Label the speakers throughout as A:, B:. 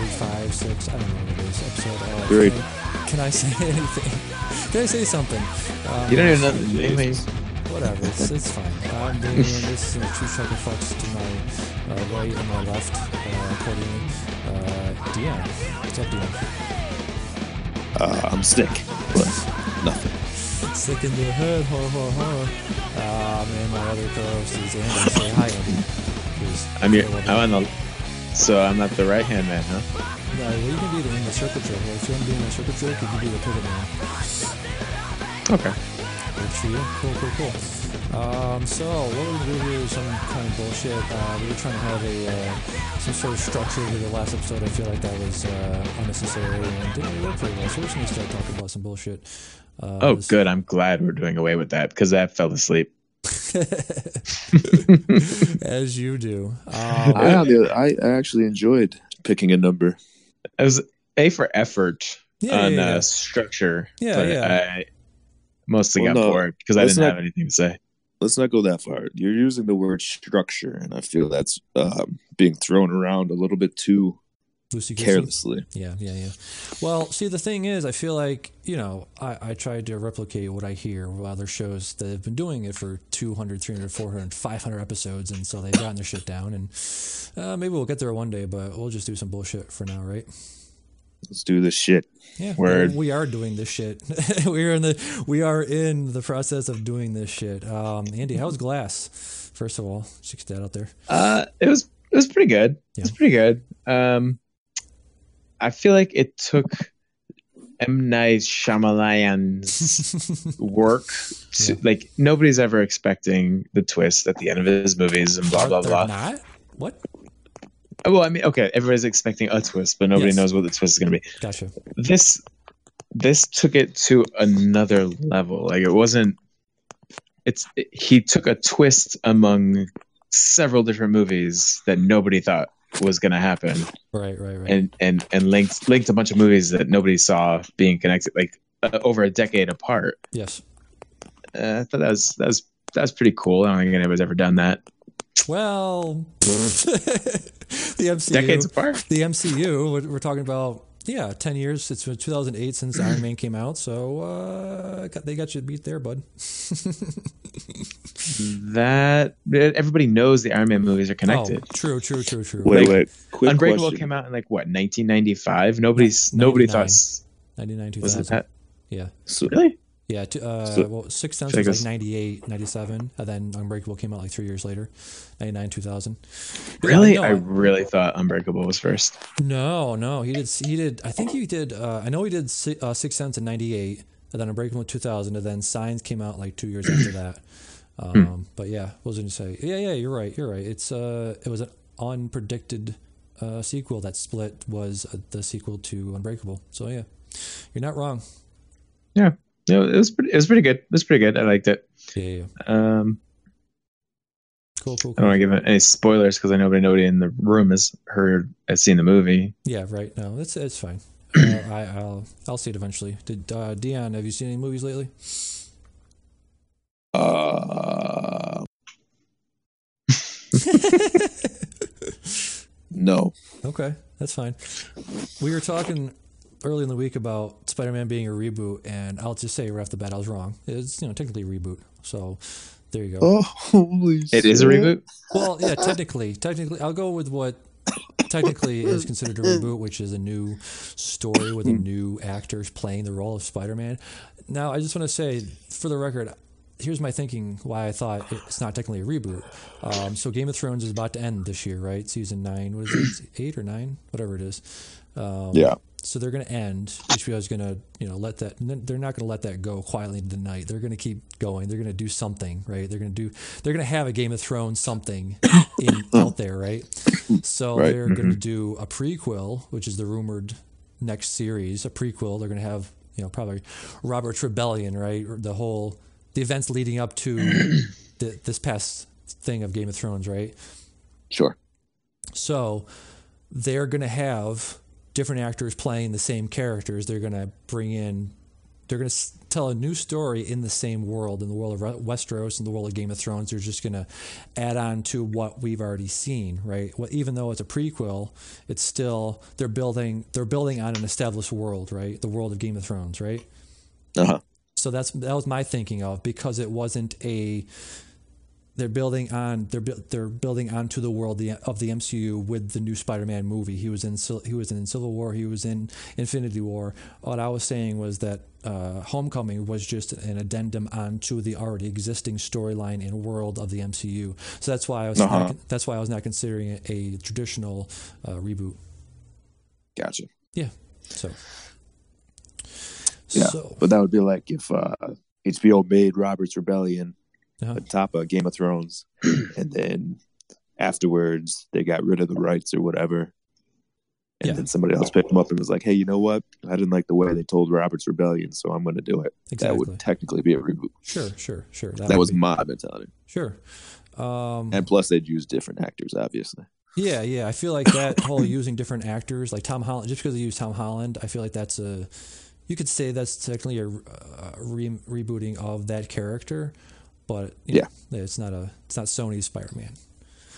A: episode. I don't know what it is. Episode. Of,
B: Three.
A: Can I say anything? Can I say something? Um,
C: You don't even know the
B: Jesus.
C: name.
A: Whatever. It's, it's fine. I'm Damien. This is uh, two chuckle fucks to my uh, right and my left, uh, accordingly. Uh, Dion. What's up, Dion?
B: Uh, I'm sick, but nothing.
A: Sick in the hood. Ho ho ho. Um, and my other co-host is Andy. Say hi, Andy. Please.
C: I'm your,
A: Say what up.
C: I'm on the, so I'm not the right hand man, huh?
A: No, well, you can be the, in the circle jerk. Like, if you want to be in the circle jerk, you can be the pivot man.
C: Okay.
A: Good for you. Cool, cool, cool. Um, so, what we're going to do here is some kind of bullshit. Uh, we were trying to have a uh, some sort of structure to the last episode. I feel like that was uh, unnecessary and didn't really work very well. So, we're just going to start talking about some bullshit. Uh,
C: Oh,
A: this-
C: good. I'm glad we're doing away with that because that fell asleep.
A: As you do. Um,
B: I, on the other- I, I actually enjoyed picking a number.
C: It was a for effort
A: yeah,
C: on
A: yeah, yeah.
C: Uh, structure.
A: Yeah,
C: but
A: yeah.
C: I mostly
B: Well,
C: got
B: no,
C: bored because I
B: let's
C: didn't
B: not-
C: have anything to say.
B: Let's not go that far. You're using the word structure, and I feel that's um, being thrown around a little bit too
A: Loosey-goosey.
B: carelessly.
A: Yeah, yeah, yeah. Well, see, the thing is, I feel like you know, I, I tried to replicate what I hear with other shows that have been doing it for 200, 300, 400, 500 episodes, and so they've gotten their shit down. And uh, maybe we'll get there one day, but we'll just do some bullshit for now, right?
B: Let's do this shit.
A: Yeah,
C: Word.
A: well, we are doing this shit. we are in the we are in the process of doing this shit. Um, Andy, how's glass? First of all, just get that out there.
C: Uh, it was it was pretty good.
A: Yeah.
C: It's pretty good. Um, I feel like it took M Night Shyamalan's work. To,
A: Yeah.
C: Like nobody's ever expecting the twist at the end of his movies and blah blah
A: They're
C: blah.
A: Not what?
C: Well, I mean, okay, everybody's expecting a twist, but nobody
A: Yes.
C: knows what the twist is going to be.
A: Gotcha.
C: This this took it to another level. Like it wasn't. It's it- he took a twist among several different movies that nobody thought was going to happen
A: Right, right, right.
C: and and and linked linked a bunch of movies that nobody saw being connected like uh, over a decade apart.
A: yes.
C: Uh, I thought that was that was that was pretty cool. I don't think anybody's ever done that.
A: Well, the MCU.
C: Decades apart.
A: The MCU. we're- We're talking about yeah, ten years. It's been 2008 since Iron Man came out, so uh, got- they got you beat there, bud.
C: That everybody knows the Iron Man movies are connected.
A: Oh, true, true, true, true.
B: Wait,
C: Like,
B: wait. Quick
C: Unbreakable
B: question.
C: came out in like what 1995. Nobody's nobody
A: 99.
C: thought s-
A: 99,
C: was
A: 2000.
C: it that
A: Yeah,
B: So,
C: really.
A: yeah. T- uh,
B: So-
A: well, Sixth Sense
C: Should I
A: was like
C: guess-
A: 98, 97, and then Unbreakable came out like three years later, 99, 2000. But yeah,
C: Really,
A: no,
C: I really thought Unbreakable was first.
A: No, no, he did. He did. I think he did. Uh, I know he did Si- uh, Six Sense in '98, and then Unbreakable in 2000, and then Signs came out like two years after that. Um, but yeah, what was going to say? Yeah, yeah, you're right. You're right. It's uh, it was an unpredicted uh, sequel. That split was uh, the sequel to Unbreakable. So yeah, you're not wrong.
C: Yeah, no, it was pretty. It was pretty good. It was pretty good. I liked it.
A: Yeah, yeah, Oh, yeah.
C: Um,
A: cool, cool,
C: I don't
A: cool.
C: want to give any spoilers because I know nobody, nobody in the room has heard has seen the movie.
A: Yeah, right. No, it's it's fine. uh, I, I'll I'll see it eventually. Did uh, Dion? Have you seen any movies lately?
B: uh, no.
A: Okay, that's fine. We were talking early in the week about Spider-Man being a reboot, and I'll just say right off the bat, I was wrong. It's you know technically a reboot, so there you go.
B: Oh, holy
C: It is a
B: shit.
C: reboot.
A: Well, yeah, technically, technically, I'll go with what technically is considered a reboot, which is a new story with a new actors playing the role of Spider-Man. Now, I just want to say, for the record, here's my thinking why I thought it's not technically a reboot. Um, so, Game of Thrones is about to end this year, right? Season nine, what is it, eight or nine, whatever it is. Um,
B: Yeah.
A: so they're going to end. HBO is going to, you know, let that. They're not going to let that go quietly into the night. They're going to keep going. They're going to do something, right? They're going to do. They're going to have a Game of Thrones something in, out there, right? So
B: Right.
A: they're going to do a prequel, which is the rumored next series. A prequel. They're going to have, you know, probably Robert Trebellion, right? Or The whole the events leading up to the, this past thing of Game of Thrones, right?
B: Sure.
A: So they're going to have different actors playing the same characters. They're going to bring in, they're going to tell a new story in the same world, in the world of Re- Westeros and the world of Game of Thrones. They're just going to add on to what we've already seen, right? Well, even though it's a prequel, it's still they're building they're building on an established world, right? The world of Game of Thrones, right?
B: Uh-huh.
A: So that's that was my thinking of because it wasn't a they're building on they're bu- they're building onto the world the, of the MCU with the new Spider-Man movie. He was in Cil- he was in Civil War. He was in Infinity War. What I was saying was that uh, Homecoming was just an addendum onto the already existing storyline and world of the MCU. So that's why I was
B: Uh-huh.
A: not, that's why I was not considering it a traditional uh, reboot.
B: Gotcha.
A: So.
B: Yeah,
A: So,
B: But that would be like if uh, HBO made Robert's Rebellion
A: Uh-huh.
B: on top of Game of Thrones, and then afterwards they got rid of the rights or whatever. And
A: Yeah.
B: then somebody else picked them up and was like, "Hey, you know what? I didn't like the way they told Robert's Rebellion, so I'm going to do it."
A: exactly.
B: That would technically be a reboot.
A: sure, sure, sure.
B: That,
A: would
B: was
A: be- Mm-hmm.
B: my mentality.
A: sure. Um,
B: And plus, they'd use different actors, obviously.
A: Yeah, yeah. I feel like that whole using different actors, like Tom Holland, just because they use Tom Holland, I feel like that's a, you could say that's technically a uh, re- rebooting of that character, but you know, it's not a, it's not Sony's Spider Man,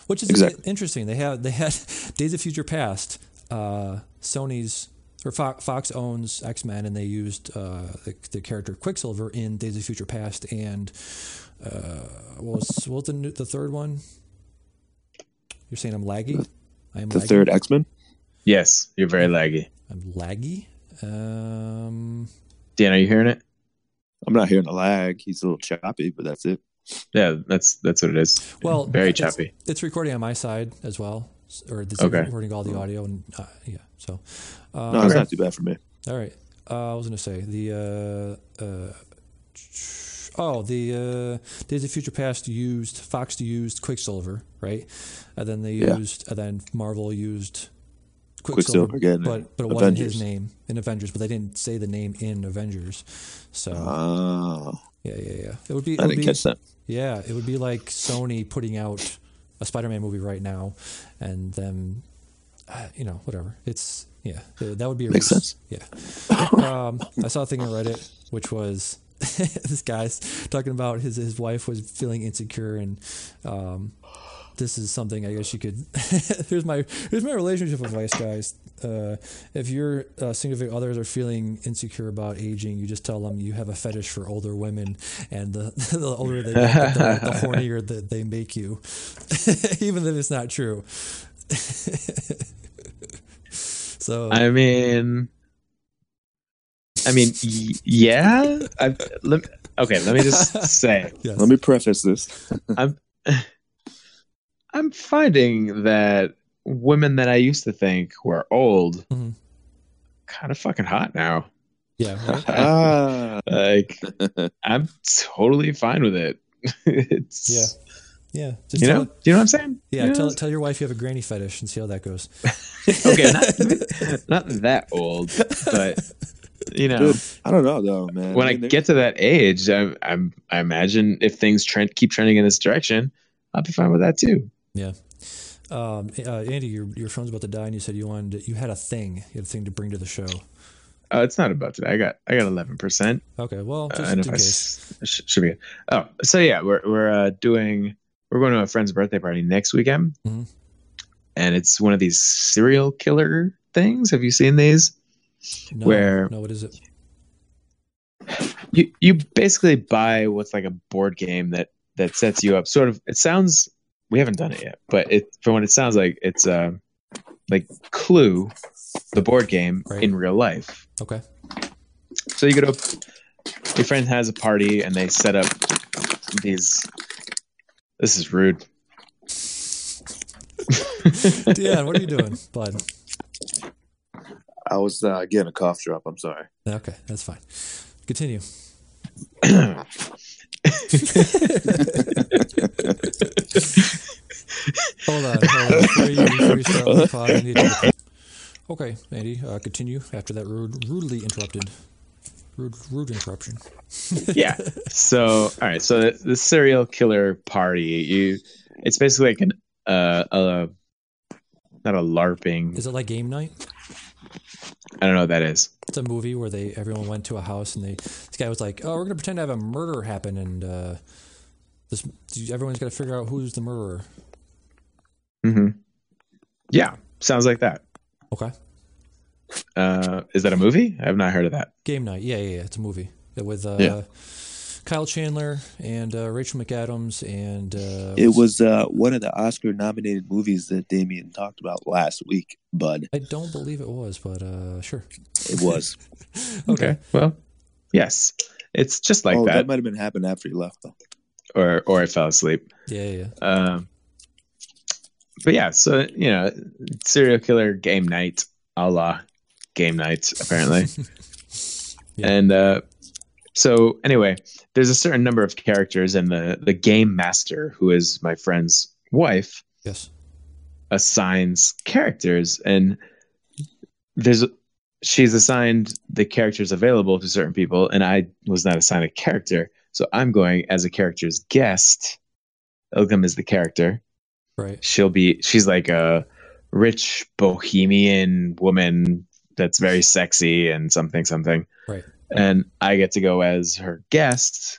A: which is
B: Exactly.
A: interesting. They have they had Days of Future Past, uh, Sony's or Fo- Fox owns X Men, and they used uh, the, the character Quicksilver in Days of Future Past, and uh, what was what was the, new, the third one? You're saying I'm laggy. I am
B: The
A: laggy.
B: third X Men.
C: Yes, you're very laggy.
A: I'm laggy. Um,
C: Dan, are you hearing it?
B: I'm not hearing a lag. He's a little choppy, but that's it.
C: Yeah, that's that's what it is.
A: well,
C: very
A: it's-
C: choppy.
A: It's recording on my side as well, s- or it's
C: Okay.
A: recording all the audio and uh, yeah. So,
B: No,
A: uh,
B: it's
C: Okay.
B: not too bad for me.
A: all right. Uh, I was gonna say the uh, uh, ch- oh the uh, Days of Future Past used Fox used Quicksilver right, and then they
B: Yeah.
A: used and then Marvel used Quicksilver,
B: Quicksilver again.
A: but but it wasn't his name in Avengers, but they didn't say the name in Avengers, so
B: Oh,
A: yeah yeah yeah. It would be it
B: I
A: would
B: didn't
A: be,
B: catch that.
A: Yeah, it would be like Sony putting out a Spider-Man movie right now, and then uh, you know whatever. It's yeah, th- that would be a
B: Makes sense.
A: Yeah, um, I saw a thing on Reddit which was this guy's talking about his his wife was feeling insecure and. Um, this is something I guess you could. here's my here's my relationship advice, guys. Uh, if your uh, significant others are feeling insecure about aging, you just tell them you have a fetish for older women, and the, the older they get, the, the hornier that they make you, even if it's not true. so
C: I mean, I mean, y- yeah. I, let, okay, let me just say,
A: yes,
B: Let me preface this.
C: I'm finding that women that I used to think were old,
A: Mhm.
C: kind of fucking hot now.
A: yeah, right?
B: ah,
C: Like, I'm totally fine with it. it's
A: Yeah. yeah. Just
C: You
A: tell
C: know, do you know what I'm saying?
A: yeah,
C: You know
A: tell
C: what
A: tell your wife you have a granny fetish and see how that goes.
C: I'm saying? okay, not, not that old, but you know,
B: dude, I don't know though, man.
C: when I
B: mean,
C: get to that age, I, I'm I imagine if things trend, keep trending in this direction, I'll be fine with that too.
A: Um, uh, Andy, your your phone's about to die, and you said you wanted you had a thing, you had a thing to bring to the show.
C: Uh, it's not about today. I got I got eleven percent.
A: Okay, well,
C: Uh,
A: just in
C: and if I
A: case.
C: s- sh- should be good. Oh, so yeah, we're we're uh, doing we're going to a friend's birthday party next weekend,
A: Mhm.
C: and it's one of these serial killer things. Have you seen these?
A: No,
C: where-
A: no, what is it?
C: You you basically buy what's like a board game that that sets you up. Sort of. It sounds we haven't done it yet, but it from what it sounds like, it's uh, like Clue, the board game
A: Right.
C: in real life.
A: Okay,
C: So you go to your friend has a party and they set up these. This is rude.
A: Dan, what are you doing, bud?
B: I was uh, getting a cough drop. I'm sorry.
A: Okay, that's fine. Continue. Hold on. Hold on. Before you, before you start with the pod, I need to- okay, Andy, uh, continue after that rude, rudely interrupted. Rude, rude interruption.
C: yeah. So all right. So the, the serial killer party. You. It's basically like an uh a. Not a LARPing.
A: Is it like game night?
C: I don't know what that is.
A: It's a movie where they everyone went to a house and they this guy was like, "Oh, we're gonna pretend to have a murder happen and uh, this everyone's got to figure out who's the murderer."
C: hmm Yeah, sounds like that.
A: Okay,
C: Uh, is that a movie? I've not heard of that.
A: game night. Yeah, yeah, yeah. It's a movie with uh,
B: Yeah.
A: Kyle Chandler and uh, Rachel McAdams and uh,
B: It was uh, one of the Oscar-nominated movies that Damien talked about last week, bud.
A: I don't believe it was, but uh, sure.
B: It was.
A: Okay.
C: Well, yes, it's just like
B: oh, that,
C: that,
B: might have been happened after he left, though.
C: or or I fell asleep.
A: Yeah, yeah, yeah.
C: Um, but yeah, so you know, serial killer game night, a la game night, apparently.
A: Yeah.
C: And uh, so anyway, there's a certain number of characters, and the the game master, who is my friend's wife,
A: Yes.
C: assigns characters and there's she's assigned the characters available to certain people and i was not assigned a character so i'm going as a character's guest ilgum is the character
A: Right.
C: she'll be she's like a rich bohemian woman that's very sexy and something something
A: Right.
C: and i get to go as her guest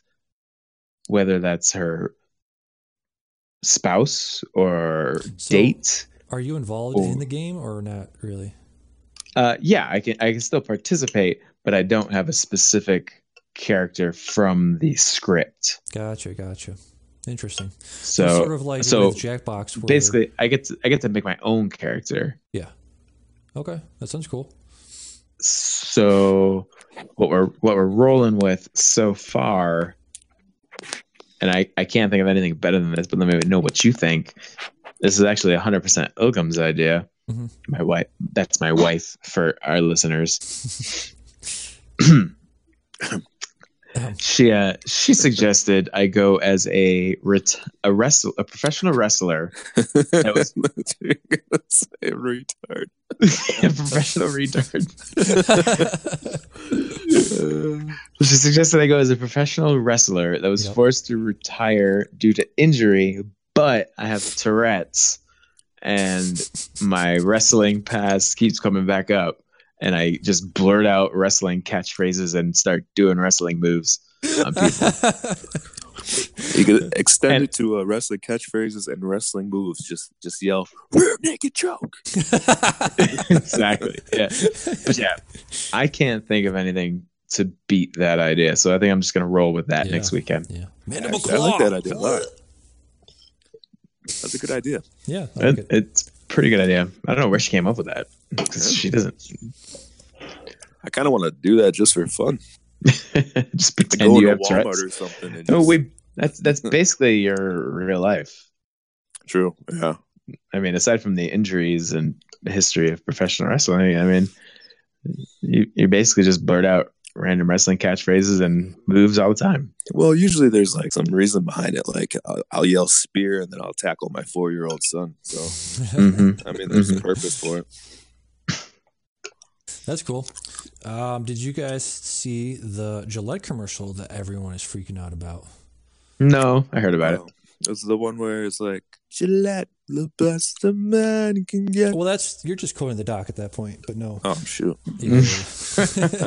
C: whether that's her spouse or
A: So-
C: date
A: Are you involved
C: Oh.
A: in the game or not really?
C: Uh, yeah, I can I can still participate, but I don't have a specific character from the script.
A: Gotcha, gotcha. Interesting.
C: So
A: sort of like
C: so
A: with Jackbox. Where,
C: basically, I get to, I get to make my own character.
A: okay, that sounds cool.
C: So what we're what we're rolling with so far, and I I can't think of anything better than this. But let me know what you think. This is actually 100% Ilgum's idea.
A: Mhm.
C: My wife. That's my wife for our listeners. She uh, she suggested I go as a ret- a wrestle a professional wrestler, That was-
B: say retard.
C: a professional retard. She suggested I go as a professional wrestler that was
A: Yep.
C: forced to retire due to injury, but I have Tourette's and my wrestling past keeps coming back up, and I just blurt out wrestling catchphrases and start doing wrestling moves on people.
B: You could extend
C: And-
B: it to uh, wrestling catchphrases and wrestling moves. Just, just yell, "Rear naked choke."
C: exactly. Yeah. But yeah, I can't think of anything to beat that idea. So I think I'm just going to roll with that
A: Yeah.
C: next weekend.
A: yeah. Mandible
B: Actually, I like that idea a lot. That's a good idea.
A: Yeah, I like
C: It,
A: it.
C: it's a pretty good idea. I don't know where she came up with that because she doesn't
B: I kind of want to do that just for fun.
C: just
B: Like
C: pretend
B: go
C: you
B: to
C: have
B: Walmart
C: Tourette's.
B: or something. And
C: No,
B: just-
C: we that's that's basically your real life.
B: True. Yeah.
C: I mean, aside from the injuries and history of professional wrestling, I mean, you you basically just blurt out random wrestling catchphrases and moves all the time.
B: Well, usually there's like some reason behind it. Like I'll, I'll yell spear and then I'll tackle my four year old son. So
C: hmm
B: I mean, there's
C: Mhm.
B: a purpose for it.
A: That's cool. Um, did you guys see the Gillette commercial that everyone is freaking out about?
C: No, I heard about it.
B: Um, This is the one where it's like Gillette, the best a man can get.
A: Well, that's you're just quoting the doc at that point, but no.
B: Oh shoot,
A: Yeah.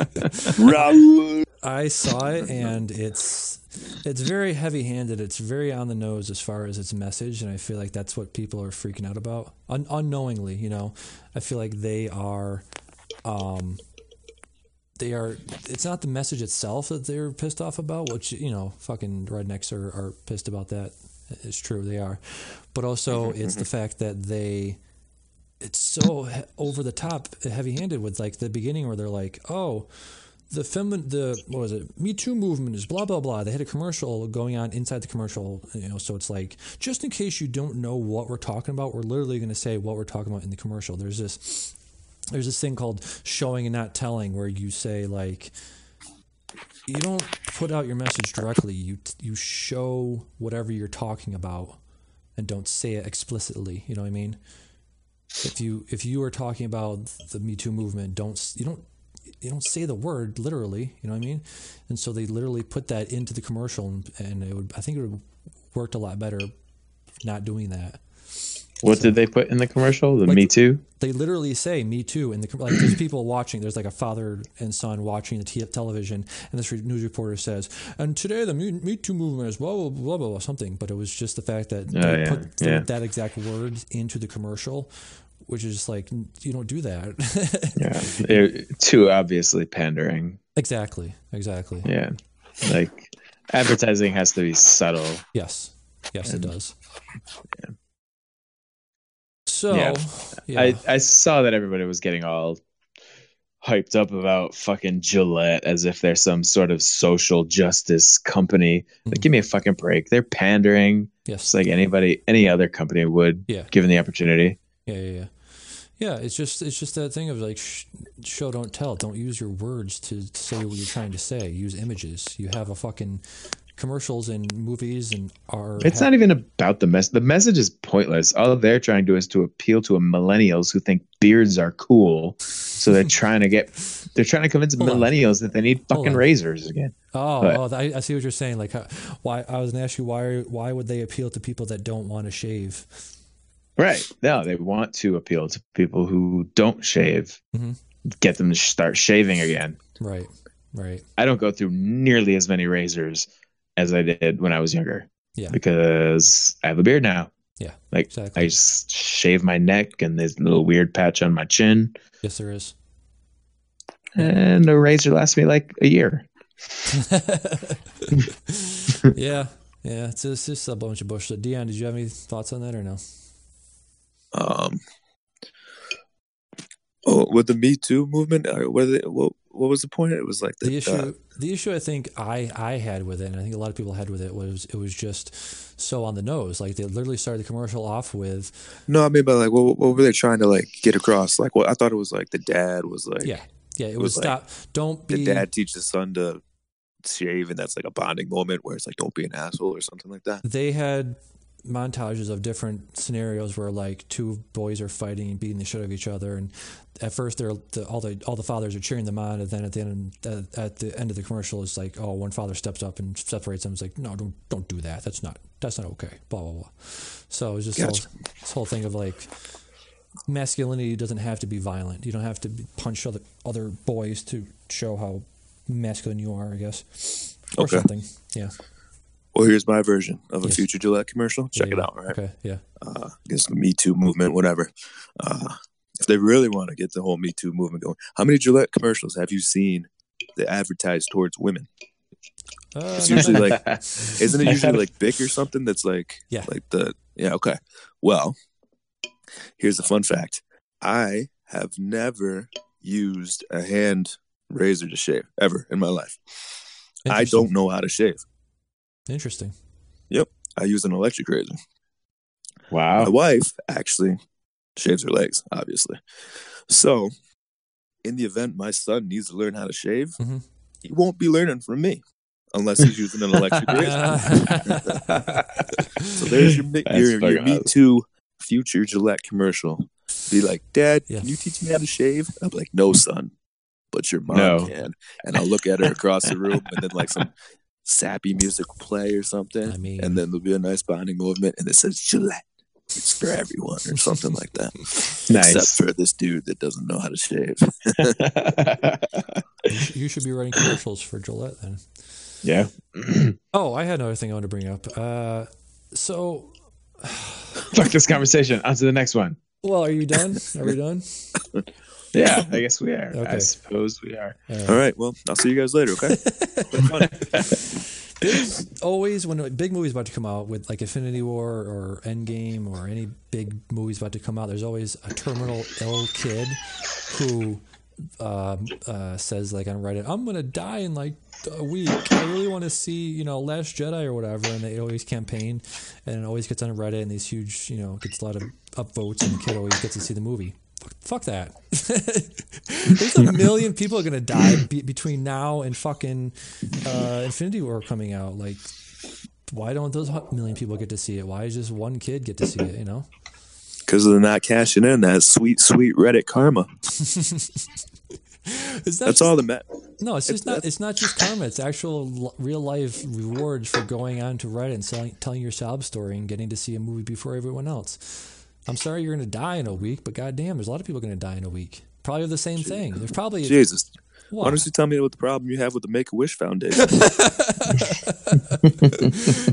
B: Raul.
A: I saw it, and it's it's very heavy-handed. It's very on the nose as far as its message, and I feel like that's what people are freaking out about Un- unknowingly. You know, I feel like they are, um, they are. It's not the message itself that they're pissed off about, which you know, fucking rednecks are, are pissed about that. It's true, they are, but also it's the fact that they it's so he- over the top heavy handed with like the beginning where they're like, oh, the femin the what was it? Me Too movement is blah blah blah. They had a commercial going on inside the commercial, you know. So it's like, just in case you don't know what we're talking about, we're literally going to say what we're talking about in the commercial. There's this, there's this thing called showing and not telling, where you say like, you don't put out your message directly. You you show whatever you're talking about, and don't say it explicitly. You know what I mean? if you if you are talking about the Me Too movement, don't s- you don't you don't say the word literally. You know what I mean? And so they literally put that into the commercial, and, and it would I think it would have worked a lot better not doing that.
C: What did they put in the commercial? The
A: Like-
C: Me Too.
A: they literally say "Me Too" and the, like there's people watching. There's like a father and son watching the t- television, and this re- news reporter says, "And today the Me, Me Too movement is blah blah blah blah blah something." But it was just the fact that
C: Oh,
A: they
C: yeah,
A: put
C: yeah.
A: that exact word into the commercial, which is just like n- you don't do that.
C: Yeah, they're too obviously pandering.
A: exactly, exactly.
C: Yeah, like advertising has to be subtle.
A: Yes, yes, it does. So, yeah.
C: Yeah. I, I saw that everybody was getting all hyped up about fucking Gillette as if they're some sort of social justice company. Like,
A: Mhm.
C: give me a fucking break. They're pandering
A: yes,
C: just like anybody, any other company would,
A: Yeah.
C: given the opportunity.
A: Yeah, yeah, yeah. Yeah, it's just it's just that thing of like sh- show don't tell. Don't use your words to say what you're trying to say. Use images. You have a fucking commercials and movies and are
C: It's not even about the message. The message is pointless. All they're trying to do is to appeal to millennials who think beards are cool. So they're trying to get, they're trying to convince
A: Hold on.
C: millennials that they need
A: Hold
C: fucking
A: on.
C: razors again.
A: Oh,
C: but-
A: oh I, I see what you're saying. Like, how- why I was gonna ask you why why would they appeal to people that don't want to shave?
C: Right. No, they want to appeal to people who don't shave,
A: Mhm.
C: get them to start shaving again.
A: Right, right.
C: I don't go through nearly as many razors as I did when I was younger.
A: Yeah.
C: Because I have a beard now.
A: Yeah,
C: Like
A: exactly.
C: I just shave my neck and this little weird patch on my chin,
A: yes, there is.
C: and a razor lasts me like a year.
A: yeah, yeah. It's just, it's just a bunch of bullshit. Dion, did you have any thoughts on that or no?
B: Um, oh, with the Me Too movement, uh, what, they, what what was the point? It was like the,
A: the issue
B: uh,
A: the issue I think I I had with it, and I think a lot of people had with it was it was just so on the nose. Like they literally started the commercial off with
B: no, I mean, but like, what, what were they trying to like get across? Like, what I thought it was like the dad was like,
A: yeah yeah it
B: was
A: was,
B: like,
A: stop don't
B: the
A: be
B: dad teaches the son to shave, and that's like a bonding moment where it's like, don't be an asshole or something like that.
A: they had montages of different scenarios where like two boys are fighting and beating the shit out of each other and at first they're the, all the all the fathers are cheering them on and then at the end uh, at the end of the commercial it's like oh one father steps up and separates them it's like no don't don't do that that's not that's not okay blah blah blah so it was just
B: Gotcha.
A: all, this whole thing of like masculinity doesn't have to be violent you don't have to be- punch other other boys to show how masculine you are i guess or
B: Okay.
A: something yeah
B: Well, here's my version of a
A: Yes.
B: future Gillette commercial. Check
A: Yeah,
B: it
A: yeah.
B: out, right?
A: okay yeah
B: uh, against the Me Too movement, whatever. Uh, if they really want to get the whole Me Too movement going, how many Gillette commercials have you seen that advertise towards women?
A: Uh,
B: It's
A: not
B: usually
A: many.
B: like, isn't it
C: I
B: usually
C: have-
B: like Bic or something that's like,
A: Yeah.
B: like the yeah, okay. Well, here's the fun fact: I have never used a hand razor to shave ever in my life. I
A: Interesting.
B: don't know how to shave.
A: Interesting.
B: I use an electric razor. My
C: Wow.
B: wife actually shaves her legs, obviously. So, in the event my son needs to learn how to shave,
C: Mm-hmm.
A: Mhm.
B: he won't be learning from me unless he's using an electric razor.
A: Uh,
B: So there's your mi-
C: That's
B: your, your
C: fucking
B: Me
C: awesome.
B: Too future Gillette commercial. Be like, Dad,
A: Yeah.
B: can you teach me how to shave? I'm like, No, son, but your mom
C: No.
B: can. And I'll look at her across the room, and then like some sappy music will play or something,
A: I mean-
B: and then there'll be a nice bonding movement, and it says Gillette. It's for everyone, or something like that. Except
C: Nice.
B: for this dude that doesn't know how to shave.
A: You sh- you should be writing commercials for Gillette then.
C: yeah.
A: Oh, I had another thing I wanted to bring up. Uh, so,
C: Fuck this conversation. On to the next one.
A: well, are you done? Are we done?
C: Yeah, I guess we are. I
A: Okay.
C: suppose we are.
A: All right.
B: All right, well, I'll see you guys later, okay?
A: There's always when a big movie's about to come out with like Infinity War or Endgame or any big movie's about to come out, there's always a terminal ill kid who um, uh, says like on Reddit, "I'm gonna die in like a week. I really want to see you know Last Jedi or whatever." And they always campaign, and it always gets on Reddit and these huge you know gets a lot of upvotes, and the kid always gets to see the movie. Fuck, fuck that. There's a million people are gonna die be- between now and fucking uh, Infinity War coming out. Like, why don't those hu- million people get to see it? Why does just one kid get to see it? You know.
B: Because they're not cashing in that sweet, sweet Reddit karma.
A: It's not
B: That's
A: just-
B: all that matters.
A: No, it's just not. It's not just karma. It's actual l- real life rewards for going on to Reddit and selling, telling your sob story and getting to see a movie before everyone else. I'm sorry you're going to die in a week, but goddamn, there's a lot of people going to die in a week. Probably of the same thing. There's probably
B: Jesus.
A: what?
B: Why don't you tell me what the problem you have with the Make a Wish Foundation?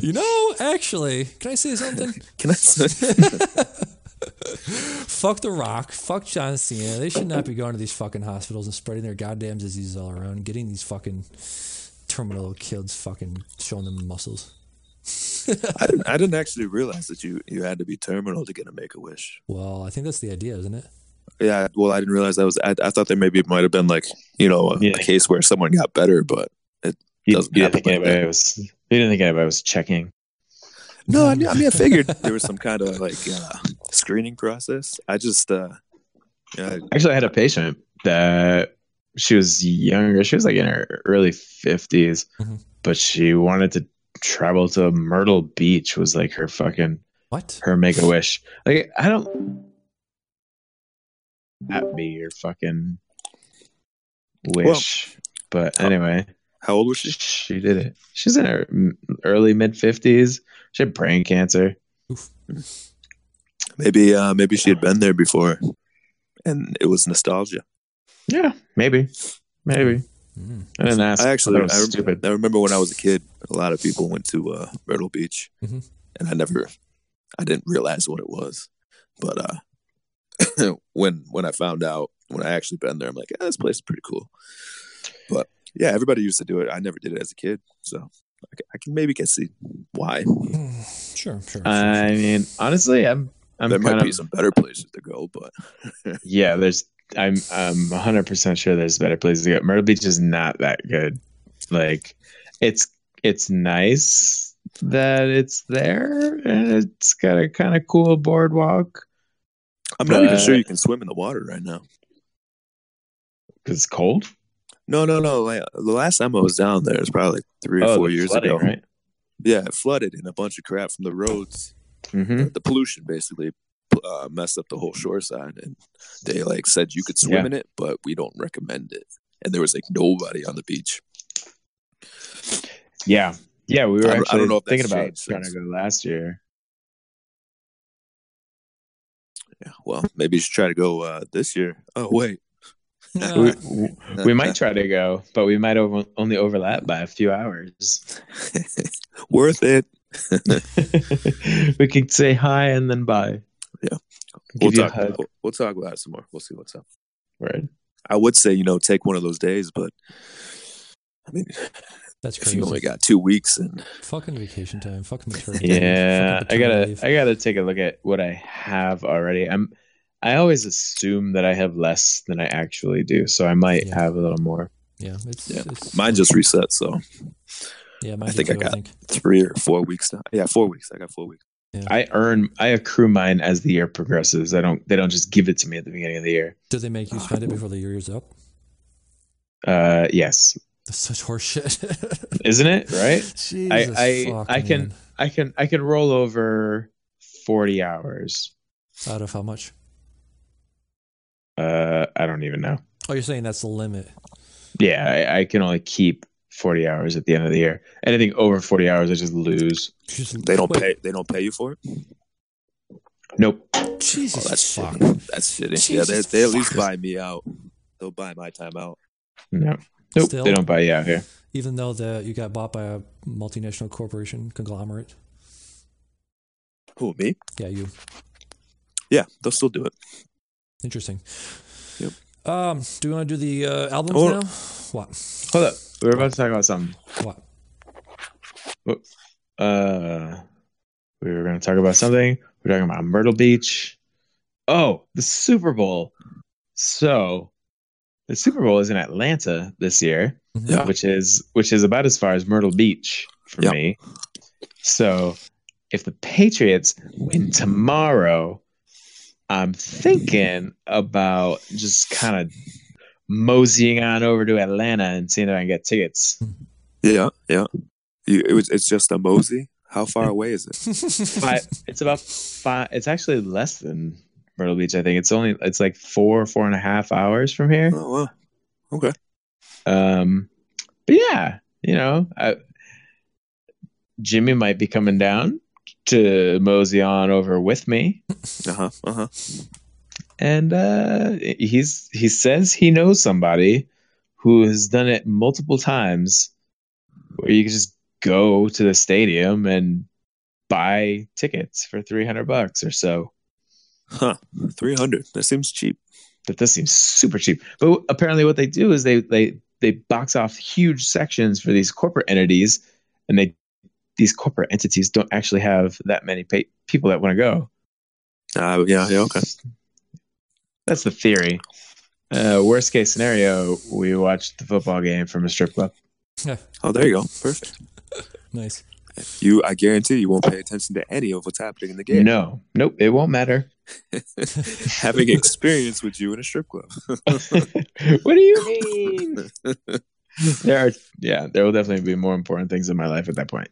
A: you know, actually, can I say something?
B: Can I say?
A: fuck The Rock, fuck John Cena. They should not be going to these fucking hospitals and spreading their goddamn diseases all around, getting these fucking terminal kids fucking showing them muscles.
B: I didn't, I didn't actually realize that you, you had to be terminal to get a Make a Wish.
A: Well, I think that's the idea, isn't it?
B: Yeah, well, I didn't realize that was. I, I thought there maybe might have been like you know a, a
C: Yeah.
B: case where someone got better, but
C: You,
B: Doesn't
C: you didn't think
B: happen like that.
C: anybody was. You didn't think anybody was checking.
B: no, I, mean- I mean I figured there was some kind of like uh, screening process. I just uh, yeah,
C: Actually, I had a patient that she was younger. She was like in her early 50s,
B: Mm-hmm.
A: Mhm.
C: but she wanted to travel to Myrtle Beach was like her fucking
A: What?
C: her make a wish. Like I don't that be your fucking wish. but
B: oh.
C: anyway,
B: how old was
C: she,
B: she?
C: she did it. She's in her m- early mid 50s. She had brain cancer.
B: Maybe uh, maybe she had been there before, and it was nostalgia.
C: Yeah, maybe. Maybe.
A: Mm.
C: I didn't ask.
B: I actually,
C: thought
B: I,
C: it was
B: rem-
C: stupid.
B: I remember when I was a kid, a lot of people went to uh, Myrtle Beach,
A: Mhm.
B: and I never, I didn't realize what it was. But uh, when when I found out, when I actually been there, I'm like, "Ah, this place is pretty cool. But yeah, everybody used to do it. I never did it as a kid, so I, ca- I can maybe can see why
A: Mm. Sure, sure. sure,
C: I
A: sure.
C: mean, honestly, I'm I'm
B: there might
C: kind
B: be
C: of
B: some better places to go. But
C: yeah. There's I'm I'm 100 percent sure there's better places to go. Myrtle Beach is not that good. Like it's it's nice that it's there and it's got a kind of cool boardwalk
B: I'm not even
C: But-
B: sure you can swim in the water right now.
C: because it's cold.
B: No, no, no. Like, the last time I was down there was probably like three or
C: Oh,
B: four
C: the
B: years
C: flooding,
B: ago.
C: right?
B: Yeah, it flooded and a bunch of crap from the roads.
C: Mm-hmm.
B: the pollution basically uh, messed up the whole shore side and they like said you could swim
C: Yeah.
B: in it but we don't recommend it and there was like nobody on the beach
C: Yeah, yeah. We
B: I
C: were
B: don't- I
C: actually
B: don't know if that's
C: thinking about
B: changed
C: trying to
B: since.
C: go last year.
B: yeah, well maybe you should try to go uh, this year oh wait
C: We,
A: No,
C: w- we might try to go, but we might over, only overlap by a few hours.
B: worth it
C: we could say hi and then bye.
B: Yeah.
C: Give
B: we'll
C: you a
B: talk,
C: hug.
B: about, we'll, we'll talk about it some more we'll see what's up
C: Right.
B: i would say you know take one of those days but i mean
A: that's
B: if
A: crazy.
B: you only got two weeks and
A: fucking vacation time. Fucking maternity. leave,
C: Yeah,
A: fucking
C: I
A: paternity
C: gotta,
A: leave.
C: I gotta take a look at what I have already. I'm, I always assume that I have less than I actually do, so I might
A: Yeah.
C: have a little more.
A: yeah, it's,
B: Yeah.
A: it's-
B: mine just reset so
A: Yeah, mine
B: I
A: did
B: think I
A: too,
B: got- three or four weeks now yeah four weeks i got four weeks
C: I earn, I accrue mine as the year progresses. I don't, they don't just give it to me at the beginning of the year.
A: Did they make you spend it before the year is up?
C: Uh, yes,
A: That's such horseshit.
C: isn't it right?
A: Jesus
C: I-
A: fuck,
C: I can-
A: man.
C: I can, I can roll over forty hours.
A: Out of how much?
C: Uh, I don't even know.
A: Oh, you're saying that's the limit.
C: Yeah, I, I can only keep 40 hours at the end of the year. Anything over 40 hours, I just lose.
A: Just-
B: they don't
A: wait,
B: pay they don't pay you for it
C: Nope.
B: Oh,
A: Jesus
B: that's
A: fuck.
B: shitty. That's shitty. yeah, they,
A: Jesus
B: they at least
A: fuck.
B: buy me out. They'll buy my time out.
C: No. Nope.
A: Still?
C: They don't buy you out here.
A: Even though the you got bought by a multinational corporation conglomerate.
B: Who me?
A: Yeah, you.
B: Yeah, they'll still do it.
A: Interesting.
B: Yep.
A: Um, do we want to do the uh, albums
B: Oh.
A: now? What?
C: Hold up. We were about to talk about something.
A: What?
C: Uh, we were going to talk about something. We're talking about Myrtle Beach. Oh, the Super Bowl. So, the Super Bowl is in Atlanta this year.
B: Yeah.
C: which is which is about as far as Myrtle Beach for
B: Yeah.
C: me. So if the Patriots win tomorrow, I'm thinking about just kind of moseying on over to Atlanta and seeing if I can get tickets.
B: Yeah, yeah. You, it was, it's just a mosey. How far away is it?
C: Five, it's about five. It's actually less than Myrtle Beach. I think it's only it's like four four and a half hours from here.
B: Oh, wow. Okay.
C: Um, but yeah, you know, I, Jimmy might be coming down. to mosey on over with me,
B: Uh huh. Uh huh.
C: and uh, he's he says he knows somebody who has done it multiple times, where you can just go to the stadium and buy tickets for three hundred bucks or so.
B: Huh. Three hundred. That seems cheap.
C: That does seem super cheap. But apparently, what they do is they they they box off huge sections for these corporate entities, and they these corporate entities don't actually have that many pa people that want to go.
B: Uh, yeah. Yeah. Okay.
C: That's the theory. Uh, worst case scenario, we watched the football game from a strip club.
B: Oh, there you go. Perfect.
A: Nice.
B: You. I guarantee you won't pay attention to any of what's happening in the game.
C: No, nope, it won't matter.
B: Having experience with you in a strip club.
C: what do you mean? there are, yeah, there will definitely be more important things in my life at that point.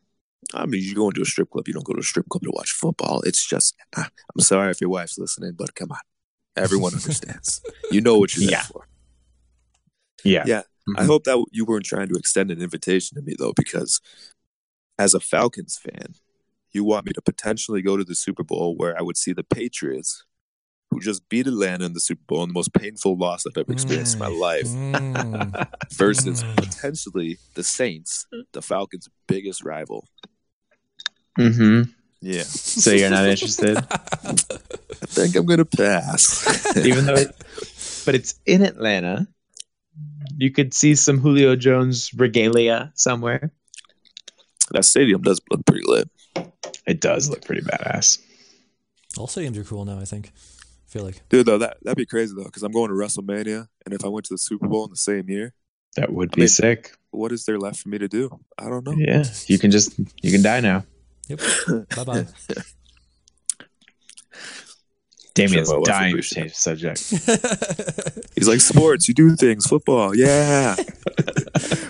B: I mean, you go into a strip club. You don't go to a strip club to watch football. It's just. ah, I'm sorry if your wife's listening, but come on. Everyone understands. You know what you're
C: Yeah.
B: there for.
C: Yeah,
B: Yeah. I hope that you weren't trying to extend an invitation to me though, because as a Falcons fan, you want me to potentially go to the Super Bowl where I would see the Patriots, who just beat Atlanta in the Super Bowl in the most painful loss I've ever experienced in my life,
A: Mm.
B: versus
A: Mm.
B: potentially the Saints, the Falcons' biggest rival.
C: Mm-hmm.
B: Yeah,
C: So you're not interested,
B: I think I'm gonna pass.
C: even though, it, but it's in Atlanta. You could see some Julio Jones regalia somewhere.
B: that stadium does look pretty lit.
C: It does look pretty badass.
A: All stadiums are cool now. I think. I feel like
B: Dude, though that that'd be crazy though, because I'm going to WrestleMania, and if I went to the Super Bowl in the same year,
C: That would
B: I
C: be
B: mean-
C: sick.
B: what is there left for me to do? I don't know.
C: Yeah, you can just you can die now.
A: bye bye.
C: Damien's
B: Sure, my wife
C: dying to
B: appreciates
C: change the subject.
B: He's like, sports, you do things, football, yeah.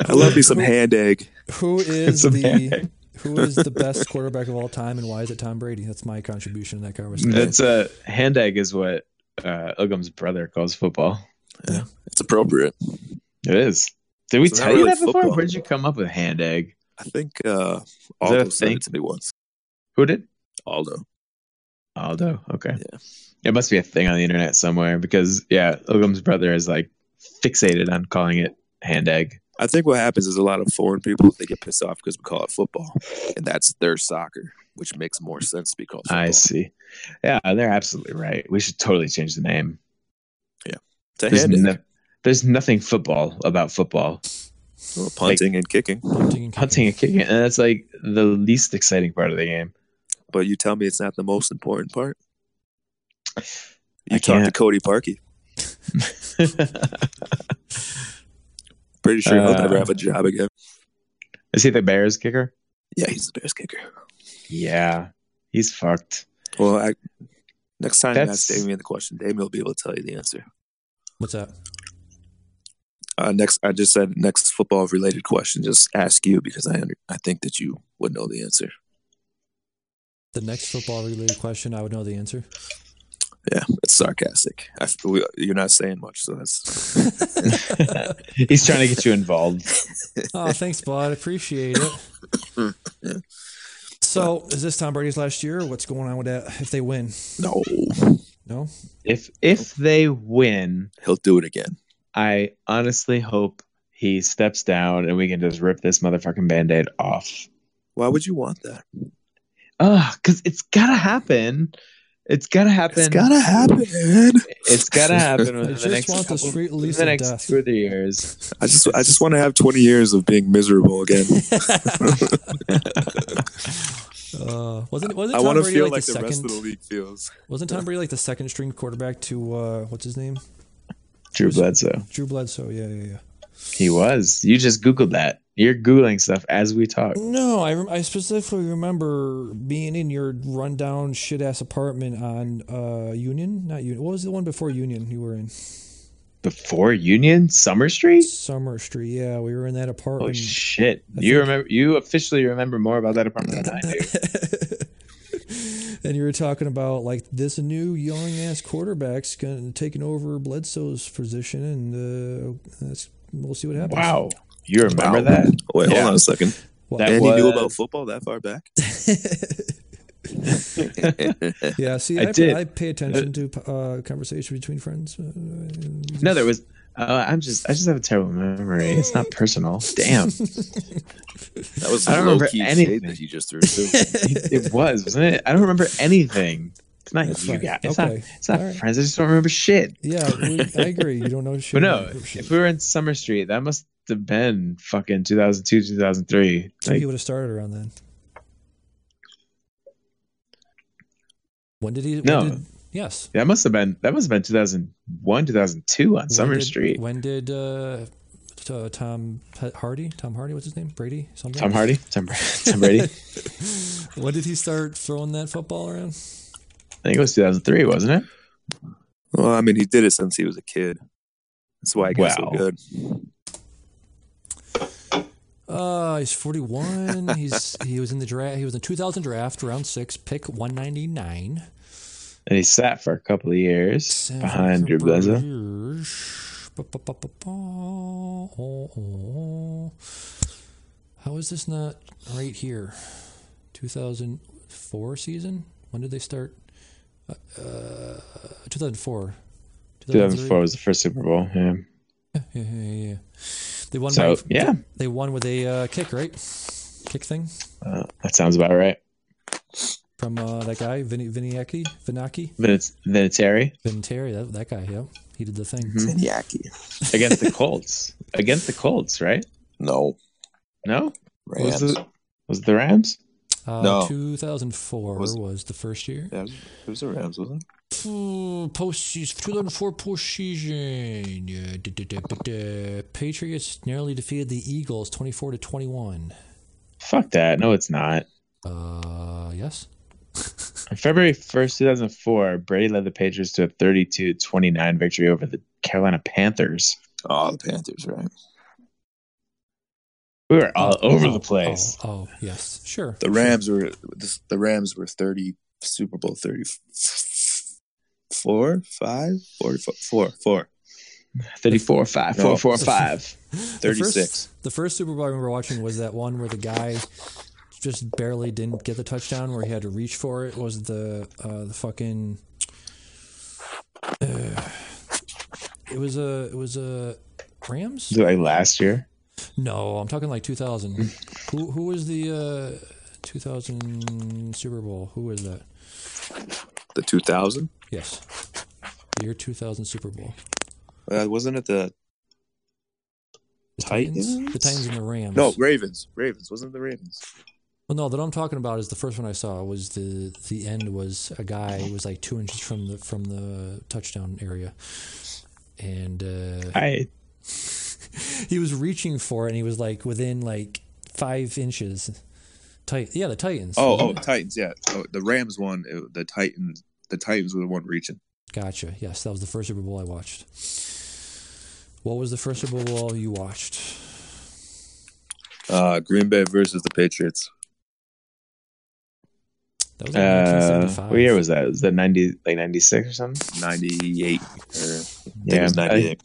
B: I love me some hand egg.
A: who is
C: It's a
A: the
C: man.
A: who is the best quarterback of all time, and why is it Tom Brady? That's my contribution to that conversation.
C: That's a hand egg is what uh, Ugum's brother calls football.
B: It's appropriate.
C: It is. Did we
B: It's not
C: tell you
B: really
C: that before?
B: football.
C: Where did you come up with hand egg?
B: I think uh,
C: Is that a
B: Aldo said
C: thing?
B: it to me once.
C: Who did?
B: Aldo.
C: Aldo. Okay.
B: Yeah.
C: It must be a thing on the internet somewhere because yeah, Ugum's brother is like fixated on calling it hand egg.
B: I think what happens is a lot of foreign people they get pissed off because we call it football, and that's their soccer, which makes more sense to be called football.
C: I see. Yeah, they're absolutely right. We should totally change the name.
B: It's a
C: There's,
B: hand egg.
C: no- there's nothing football about football.
B: Well, punting and kicking,
A: Hunting and
C: Hunting and kicking, and that's like the least exciting part of the game.
B: but you tell me it's not the most important part.
C: I
B: You talk to
C: can't.
B: Cody Parkey. Pretty sure he'll
C: Uh,
B: never have a job again.
C: is he the Bears kicker?
B: Yeah, he's the best kicker.
C: Yeah, he's fucked.
B: Well, I, next time you
C: That's-
B: ask Damien the question, Damien will be able to tell you the answer.
A: What's that?
B: Uh, next, I just said next football related question. Just ask you because I under, I think that you would know the answer.
A: The next football related question, I would know the answer.
B: Yeah, it's sarcastic. I, f- we, you're not saying much, so that's
C: he's trying to get you involved.
A: Oh, thanks, bud. Appreciate it. So, is this Tom Brady's last year? Or what's going on with that? If they win,
B: no.
A: no.
C: If if they win,
B: He'll do it again.
C: I honestly hope he steps down and we can just rip this motherfucking band-aid off.
B: Why would you want that?
C: Ugh, cause it's gotta happen. It's gotta happen.
B: It's gotta happen.
C: It's gotta happen
A: I
C: within the
A: just
C: next,
A: want the
C: couple-
A: street
C: within
A: release
C: the
A: of
C: next
A: death.
C: two or three years.
B: I just I just want to have 20 years of being miserable again.
A: Uh, wasn't wasn't
B: I
A: Tom
B: want to
A: Brady
B: feel
A: like,
B: like
A: the
B: the rest
A: second?
B: of the league feels.
A: wasn't Tom Brady like the second string quarterback to uh, what's his name?
C: Drew Bledsoe.
A: Drew Bledsoe. Yeah, yeah, yeah.
C: He was. You just Googled that. You're Googling stuff as we talk.
A: No, I, rem- I specifically remember being in your rundown shit ass apartment on uh, Union, not Union. What was the one before Union you were in?
C: Before Union? Summer Street?
A: Summer Street. Yeah, we were in that
C: Oh
A: apartment.
C: shit!
A: I
C: You
A: think-
C: remember? You officially remember more about that apartment than I do.
A: and you were talking about like this new young ass quarterback's going taking over Bledsoe's position, and uh, that's, we'll see what happens.
C: Wow, you remember
B: Wow.
C: that?
B: Wait,
C: Yeah.
B: hold on a second.
A: Wow.
C: That
B: and he knew
C: was-
B: about football that far back?
A: Yeah, see,
C: I
A: I,
C: did.
A: I pay attention to uh, conversation between friends. Uh, and-
C: No, there was. Uh, I'm just. I just have a terrible memory. It's not personal. Damn,
B: That was
C: I don't
B: low
C: remember
B: key shade
C: anything.
B: that you just threw. Too.
C: it was, wasn't it? I don't remember anything. It's not
A: That's
C: you
A: fine.
C: guys. It's
A: Okay.
C: not. It's not
A: All right.
C: friends. I just don't remember shit.
A: Yeah, we, I agree. You don't know shit.
C: But no,
A: about shit.
C: if we were in Summer Street, that must have been fucking 2002, 2003.
A: Maybe
C: Like,
A: he would have started around then. When did he? when
C: No.
A: did- yes.
C: that must have been. That must have been 2001, 2002 on Summer
A: when did,
C: Street.
A: When did uh, t- uh, Tom H- Hardy? Tom Hardy? What's his name? Brady? Something.
C: Tom Hardy, Tom, Tom Brady. I
A: When did he start throwing that football around?
C: think it was 2003, wasn't it?
B: Well, I mean, he did it since he was a kid. That's why I got
C: Wow.
B: so good.
A: Uh, he's 41. he's he was in the draft. He was in the 2000 draft, round six, pick 199.
C: And he sat for a couple of years
A: San
C: behind Drew
A: Francisco
C: Bledsoe.
A: Bears. Ba, ba, ba, ba, ba. Oh, oh, oh. How is this not right here? 2004 season? When did they start? Uh, 2004.
C: 2004 was the first Super Bowl. Yeah.
A: Yeah, yeah, yeah, yeah. They won.
C: So
A: with,
C: yeah,
A: They won with a uh, kick, right? Kick thing
C: uh, that sounds about right.
A: from uh, that guy, Vin- Viniaki, Vinaki,
C: Then it's then it's Harry
A: Vinteri. That, that guy. Yeah, he did the thing.
B: Mm-hmm. Yaki.
C: Mm-hmm. against the Colts. against the Colts, right?
B: No.
C: No,
B: Rams.
C: was it was it the Rams?
A: Uh,
B: No.
A: 2004
B: Was-
A: was, the first year.
B: Yeah, it was- it was the Rams, wasn't
A: Ooh, postseason 2004 postseason. Yeah, da, da, da, da, da. Patriots narrowly defeated the Eagles 24 to 21.
C: Fuck that. No, it's not.
A: Uh, yes.
C: On February 1st, 2004, Brady led the Patriots to a 32 29 victory over the Carolina Panthers.
B: it? Oh, the Panthers, right?
C: We were all
A: Oh,
C: over
A: oh,
C: the place.
A: Oh, oh, yes, sure.
B: The Rams were this, the Rams were thirty Super Bowl thirty four, five, four, four, four.
C: 34 5,
B: No.
C: 4 4 5.
A: The
B: 36.
A: first, the first Super Bowl I remember watching was that one where the guy just barely didn't get the touchdown, where he had to reach for it. Was the uh, the fucking? uh, it was a it was a Rams.
C: Is it like last year?
A: No, I'm talking like 2000. who who was the uh, 2000 Super Bowl? Who was that?
B: The two thousand?
A: Yes, the year 2000 Super Bowl.
B: Uh, wasn't it the
A: The
B: Titans?
A: the Titans, and the Rams.
B: no Ravens? Ravens wasn't it the Ravens?
A: well, no. That I'm talking about is the first one I saw was the the end was a guy who was like two inches from the from the touchdown area, and uh,
C: I
A: he was reaching for it, and he was like within like five inches. Tight, yeah, the Titans.
B: Oh, oh, Titans. Yeah, oh, the Rams won. It, the Titans. The Titans were the one reaching.
A: Gotcha. Yes, that was the first Super Bowl I watched. What was the first Super Bowl you watched?
B: Uh, Green Bay versus the Patriots.
A: That was like
C: Uh,
A: 1975.
C: what year was that? Was that ninety like ninety six or something?
B: Ninety eight.
C: Yeah,
B: Yeah,
C: I,
B: ninety eight.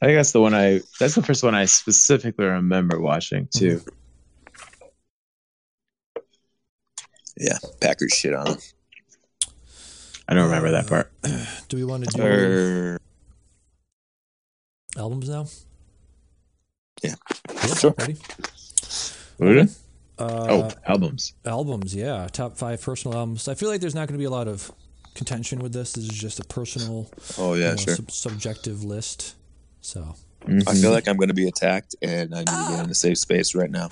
C: I think that's the one I. That's the first one I specifically remember watching too.
A: Mm-hmm.
B: Yeah, Packers shit on them.
C: I don't remember that part.
A: Do we want to do
B: Or
A: albums now?
B: Yeah.
A: Yeah,
B: Sure.
A: Ready?
C: Buddha?
A: Uh,
C: oh, albums.
A: Albums, yeah. Top five personal albums. I feel like there's not going to be a lot of contention with this. This is just a personal,
B: oh
A: you
B: yeah,
A: know,
B: sure.
A: sub- subjective list. So,
B: I feel like I'm going to be attacked, and I need to get in a safe space right now.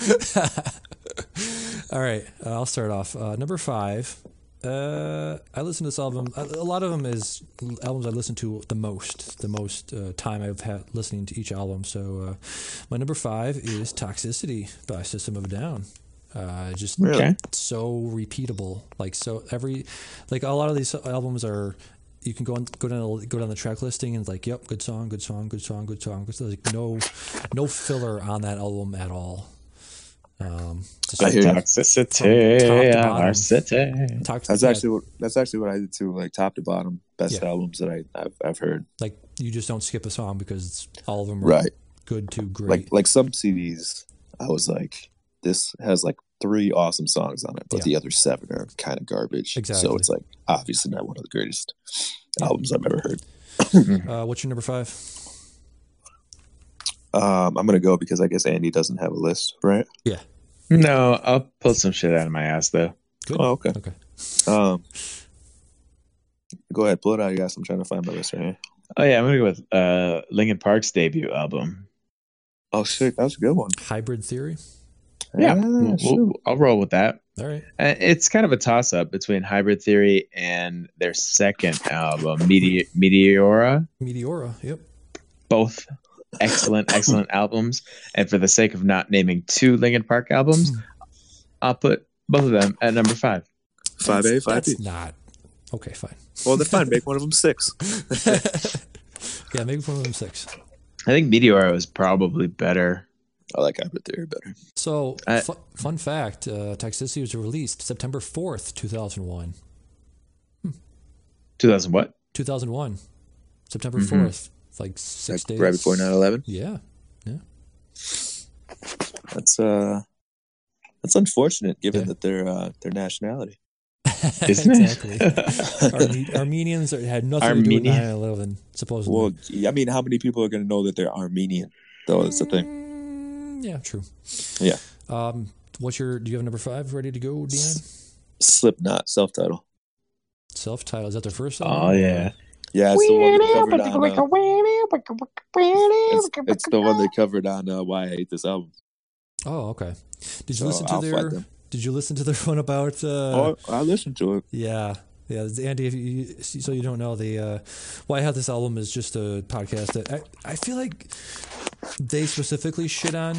A: all right, uh, I'll start off. Uh, number five. Uh, I listen to this album. A, a lot of them is albums I listen to the most, the most uh, time I've had listening to each album. So, uh, my number five is "Toxicity" by System of a Down. Uh, just
C: Okay.
A: so repeatable. Like so every like a lot of these albums are you can go on go down the- go down the track listing and it's like yep good song good song good song good song. It's like no no filler on that album at all. Um, just
B: I hear you.
C: Toxicity
A: From top to
C: of our
A: bottom.
C: city.
A: talk to
B: That's
A: yeah,
B: actually what that's actually what I did too. Like top to bottom, best
A: Yeah.
B: albums that I I've, I've heard.
A: like you just don't skip a song because all of them are good to great.
B: Like like some CDs, I was like, this has like three awesome songs on it, but
A: Yeah.
B: the other seven are kind of garbage.
A: Exactly.
B: So it's like obviously not one of the greatest albums I've ever heard.
A: Uh, what's your number five?
B: Um, I'm gonna go because I guess Andy doesn't have a list, right?
C: No, I'll pull some shit out of my ass though.
A: Good.
B: Oh, okay.
A: Okay.
B: Um, go ahead, pull it out, you guys. I'm trying to find my list right here.
C: Oh yeah, I'm gonna go with uh Linkin Park's debut album.
B: Oh shit, that was a good one.
A: Hybrid Theory.
C: Yeah,
B: Ah,
C: we'll-
B: shoot.
C: I'll roll with that.
A: All right.
C: Uh, It's kind of a toss up between Hybrid Theory and their second album, Mete- Meteora.
A: Meteora. Yep.
C: Both excellent, excellent albums. And for the sake of not naming two Linkin Park albums, I'll put both of them at number five.
B: Five A, five B.
A: That's not. Okay, fine.
B: Well, then fine. Make one of them six.
A: Yeah, maybe one of them six.
C: I think Meteora was probably better.
B: I like Hybrid Theory better.
A: So,
C: I-
A: fu- fun fact: uh, Toxicity was released September fourth, two thousand one.
C: 2000 what?
A: Two thousand one, September
C: Mhm.
A: 4th like six
B: Mm-hmm. Like,
A: days
B: right before 9/11.
A: Yeah,
B: That's uh, that's unfortunate given
A: Yeah.
B: that their uh, their nationality.
C: Isn't
A: exactly.
C: it?
A: Arme- Armenians are- had nothing to do
C: Armenia?
A: with 9 11, supposedly.
B: Well, I mean, how many people are going to know that they're Armenian? Though is Oh, the thing.
A: Mm, yeah, true.
B: Yeah.
A: Um, what's your? Do you have number five ready to go, Dion?
B: Slipknot self title.
A: Self title is that their first?
C: Oh,
A: album?
C: yeah.
B: Yeah, it's the one that covered on. Uh, it's, it's the one they covered on uh, why I hate this album.
A: Oh, okay. Did you
B: So
A: listen to
B: I'll fight
A: their?
B: them.
A: Did you listen to their one about? Uh,
B: oh, I listened to it.
A: Yeah. Yeah, Andy. If you, so you don't know the uh, why how this album is just a podcast that I, I feel like they specifically shit on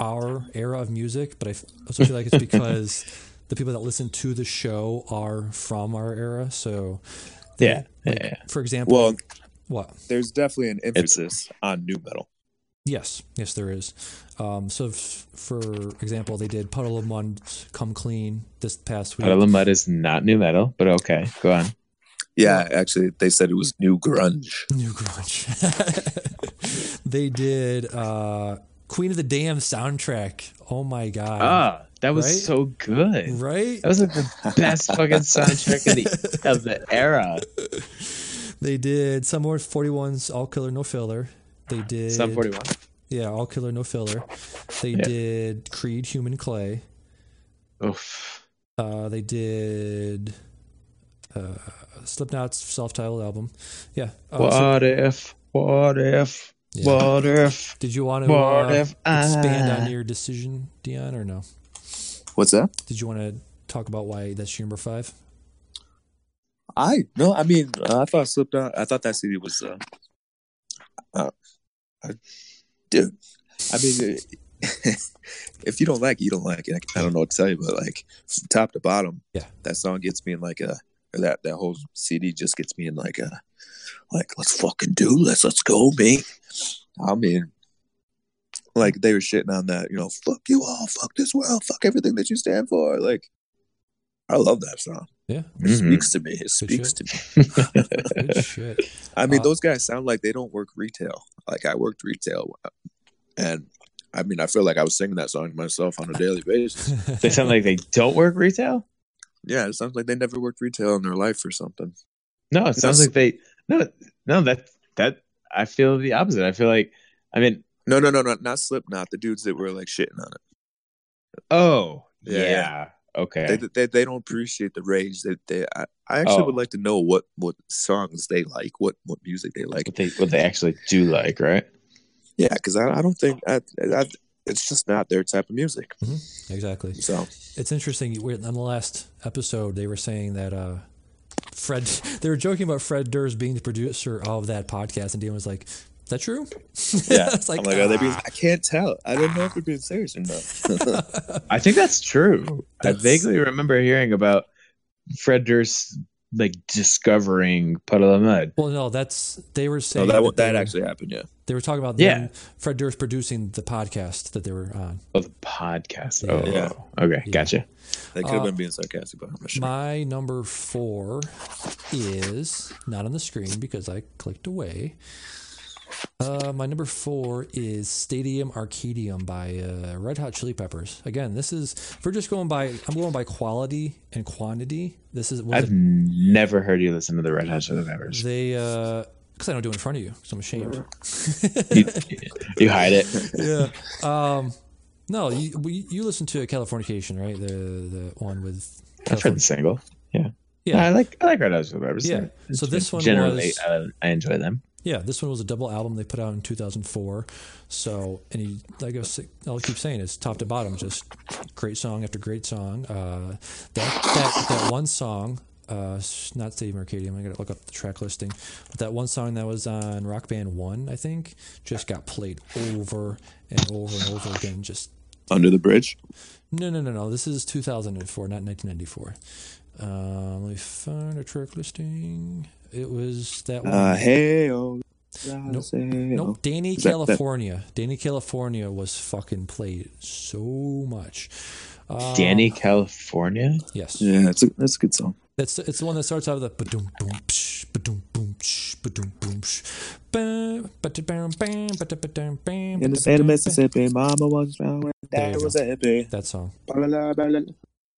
A: our era of music, but I f- also feel like it's because the people that listen to the show are from our era. So
C: Yeah.
A: Like,
C: yeah.
A: for example,
B: Well,
A: what?
B: there's definitely an emphasis on new metal.
A: Yes, yes, there is. Um, so, f- for example, they did Puddle of Mud, Come Clean this past week.
C: Puddle of Mud is not new metal, but okay, go on.
B: Yeah, actually, they said it was new grunge.
A: New grunge. they did uh, Queen of the Damn soundtrack. Oh my god!
C: Ah, that was
A: right?
C: so good.
A: right?
C: That was like the best fucking soundtrack of the of the era.
A: They did some more 41's All Killer No Filler. They did
C: Sum forty one.
A: Yeah, All Killer No Filler. They
C: Yeah.
A: did Creed Human Clay.
C: Oof.
A: Uh, they did uh, Slipknot's self-titled album. Yeah. Uh, so-
C: What if? What if?
A: Yeah.
C: What if?
A: did you want to
C: What
A: uh,
C: if? I...
A: expand on your decision, Dion, or no?
B: What's that?
A: Did you want to talk about why that's your number five?
B: I no, I mean, uh, I thought Slipknot. I thought that CD was, uh, uh I, dude. I mean, if you don't like it, you don't like it. I, I don't know what to tell you, but like from top to bottom,
A: Yeah.
B: that song gets me in like a or that that whole CD just gets me in like a like let's fucking do let's let's go, mate. I mean. Like they were shitting on that, you know, fuck you all, fuck this world, fuck everything that you stand for. Like, I love that song.
A: Yeah.
B: It
C: Mhm.
B: speaks to me. It speaks
A: shit.
B: to me.
A: Good shit.
B: I mean,
A: Uh,
B: those guys sound like they don't work retail. Like I worked retail, uh, and I mean, I feel like I was singing that song to myself on a daily basis.
C: They sound like they don't work retail.
B: yeah, it sounds like they never worked retail in their life or something.
C: No, it sounds
B: That's-
C: like they. No, no, that that I feel the opposite. I feel like, I mean,
B: No, no, no, no, not Slipknot. The dudes that were like shitting on it.
C: oh yeah,
B: Yeah, yeah.
C: okay.
B: They, they they don't appreciate the rage. That they, I, I actually
C: Oh.
B: would like to know what what songs they like, what what music they like.
C: what they what they actually do like, right?
B: Yeah, because I, I don't think I, I it's just not their type of music.
A: exactly.
B: So
A: It's interesting. we- On the last episode, they were saying that uh, Fred. They were joking about Fred Durst being the producer of that podcast, and Dean was like, "Is that true?"
B: yeah,
A: it's like,
B: I'm like, are they being?
A: ah.
B: I can't tell. I don't know if they're being serious or not.
C: I think that's true. I
A: That's-
C: vaguely remember hearing about Fred Durst like discovering Puddle of Mud.
A: Well, no, that's they were
B: no,
A: saying
B: Oh, that
A: they
B: that
A: were-
B: actually happened. Yeah.
A: they were talking about
C: Yeah.
A: them, Fred Durst producing the podcast that they were on.
C: Oh, the podcast. Oh,
B: Yeah.
C: okay,
A: Yeah.
C: gotcha.
B: They could have
A: Uh,
B: been being sarcastic, but I'm not sure.
A: My number four is not on the screen because I clicked away. Uh, my number four is Stadium Arcadium by uh, Red Hot Chili Peppers. Again, this is if we're just going by I'm going by quality and quantity. This is was it,
C: I've never heard you listen to the Red Hot Chili Peppers.
A: they because I don't do it in front of you, so I'm ashamed.
C: You, you hide it.
A: yeah. Um, no, you we- you listen to Californication, right? The the one with
C: I've heard the single. Yeah.
A: Yeah.
C: I like I like Red Hot Chili Peppers.
A: Yeah.
C: It's-
A: So this one
C: generally
A: was-
C: uh, I enjoy them.
A: Yeah, this one was a double album they put out in 2004. So, and he, like I was, I'll keep saying, it's top to bottom, just great song after great song. Uh, that, that that one song, uh, s- not Stadium Arcadium, I gotta look up the track listing, but that one song that was on Rock Band One, I think, just got played over and over and over again. Just
B: Under the bridge.
A: no, no, no, no. This is 2004, not 1994. Um, let me find a track listing. It was that one.
B: Uh, hey, oh,
A: Nope. Nope. Danny
B: that-
A: California. Danny California was fucking played so much. Uh,
C: Danny California.
A: Yes.
B: Yeah, it's a, that's a good song.
A: That's it's the one that starts out with the ba-doom boom psh, ba-doom boom psh, ba-doom boom psh, bam, ba-da-bam, bam, ba-da-ba-dam, bam,
B: In the
A: ba-da-ba-dam,
B: of
A: bam.
B: Mississippi, Mama was down when
A: There you
B: Dad was
A: go.
B: happy.
A: That song.
B: Blah, blah, blah, blah, blah.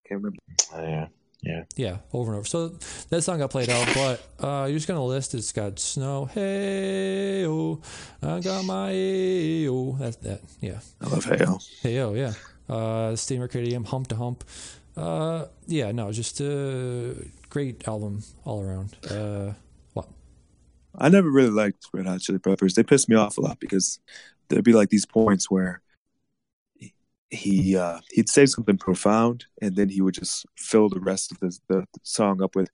B: Can't remember.
C: Oh, yeah. Yeah.
A: Yeah, over and over. So that song got played out, but uh, you're just gonna list. It's got snow. Hey, oh, I got my hey, oh. That that yeah.
B: I love Hey Oh.
A: Hey, oh, yeah. Uh, Steamer Critium, Hump to Hump. Uh, yeah, no, just a great album all around. Uh, what?
B: I never really liked Red Hot Chili Peppers. They pissed me off a lot because there'd be like these points where he uh, he'd say something profound, and then he would just fill the rest of the, the song up with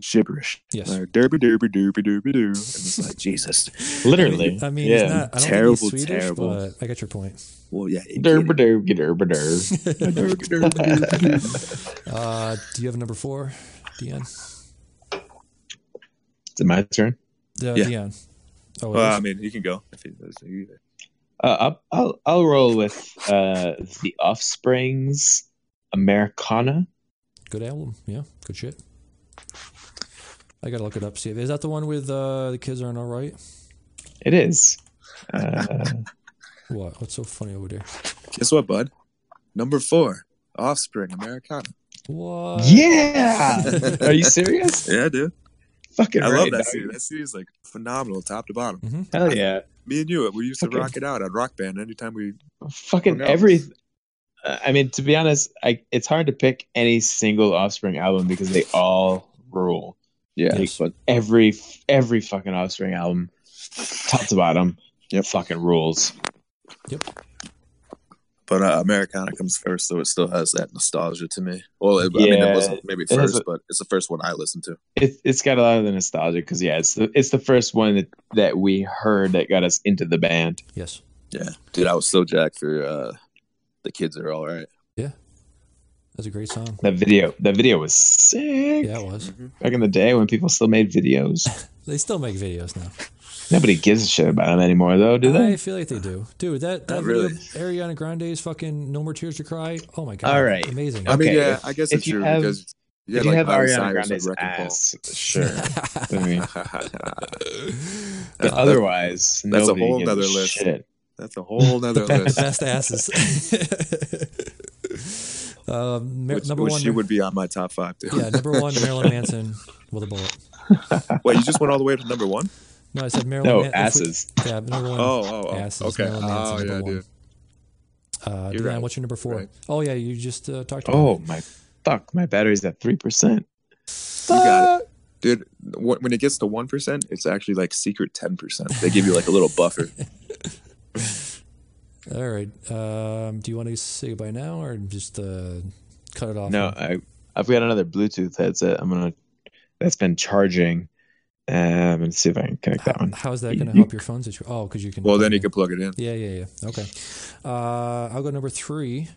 B: gibberish.
A: Yes.
B: Like, derby derby derby derby doo. And it's like Jesus.
C: Literally.
A: I mean,
C: yeah.
A: it's not, I don't
B: Terrible,
A: think he's Swedish,
B: terrible.
A: but I get your point.
B: Well, yeah. you
C: Derba
B: get it.
C: derba derba derb.
B: Derby, derby, derby, doo.
A: Uh, do you have a number four, Dion?
C: Is it my turn?
A: Uh,
B: Yeah. Um,
A: Dion. Oh, it
B: Well, I
A: is?
B: mean, you can go. If you- if you-
C: Uh, I'll, I'll I'll roll with uh, the Offspring's Americana.
A: good album. Yeah, good shit. I gotta look it up. See, if- is that the one with uh, the kids aren't all right?
C: It is. Uh,
A: What? What's so funny over there?
B: Guess what, bud? Number four, Offspring, Americana.
A: What?
C: yeah. Are you serious?
B: Yeah, dude.
C: Fucking
B: I
C: right,
B: love that
C: dog.
B: series. That series like phenomenal, top to bottom.
C: Hell yeah.
B: Me and you, we used to
C: Okay.
B: rock it out at Rock Band anytime we.
C: Fucking
B: Who knows?
C: every. Uh, I mean, to be honest, I, it's hard to pick any single Offspring album because they all rule.
B: Yeah,
C: Yes. Every every fucking Offspring album, top to bottom,
B: Yep.
C: fucking rules.
B: but uh, Americana comes first, so it still has that nostalgia to me. Well, it, I mean,
C: Yeah,
B: it wasn't maybe
C: has
B: first,
C: a-
B: but it's the first one I listened to.
C: It, it's got a lot of the nostalgia because yeah, it's the, it's the first one that, that we heard that got us into the band.
A: Yes.
B: Yeah, dude, I was so jacked for uh, the kids are all right.
A: That's a great song.
C: That video, that video was sick
A: Yeah, it was.
C: back in the day when people still made videos.
A: They still make videos now.
C: Nobody gives a shit about them anymore, though, do
A: Oh, I
C: they?
A: feel like they do, dude. That that
B: Not
A: video,
B: really.
A: Ariana Grande's fucking "No More Tears to Cry." Oh my god!
C: All right.
A: amazing.
B: I mean,
C: Okay,
B: yeah,
C: if-
B: I guess
C: if
B: it's
C: you
B: true
C: have-
B: because you
C: if
B: had,
C: you
B: like,
C: have
B: Miley
C: Ariana
B: Cyrus with
C: Grande's
B: Wrecking Ball.
C: ass, sure. I mean, but
B: That's-
C: otherwise,
B: that's a
C: nobody
B: whole
C: gives
B: nother list.
C: Shit.
B: That's a whole nother list.
A: Best asses. um, Mar-
B: Which,
A: number
B: which
A: one,
B: she would be on my top five too.
A: yeah, number one, Marilyn Manson with a bullet.
B: Wait, you just went all the way to number one?
A: No, I said Marilyn.
C: No
A: Man- if we-
C: asses.
A: yeah, number one.
B: Oh, oh, oh.
A: asses.
B: okay.
A: Marilyn Manson,
B: Oh,
A: number
B: yeah,
A: one.
B: dude.
A: Uh,
B: You're
A: Dion,
B: right.
A: what's your number four?
B: Right.
A: Oh yeah, you just uh, talked about.
C: Oh my fuck! My battery's at three percent.
B: You got it. Dude, wh- when it gets to 1%, it's actually like secret 10%. They give you like a little buffer.
A: it. All right. Um, do you want to say goodbye now or just uh, cut it off?
C: No, I I've got another Bluetooth headset. I'm gonna that's been charging. Um, I'm gonna see if I can connect that
A: How,
C: one.
A: how's that
C: You-
A: going to
C: you-
A: help your phone situation? Oh, because you can.
B: Well, then you
A: you
B: can plug it in.
A: Yeah, yeah, yeah. Okay. Uh, I'll go number three.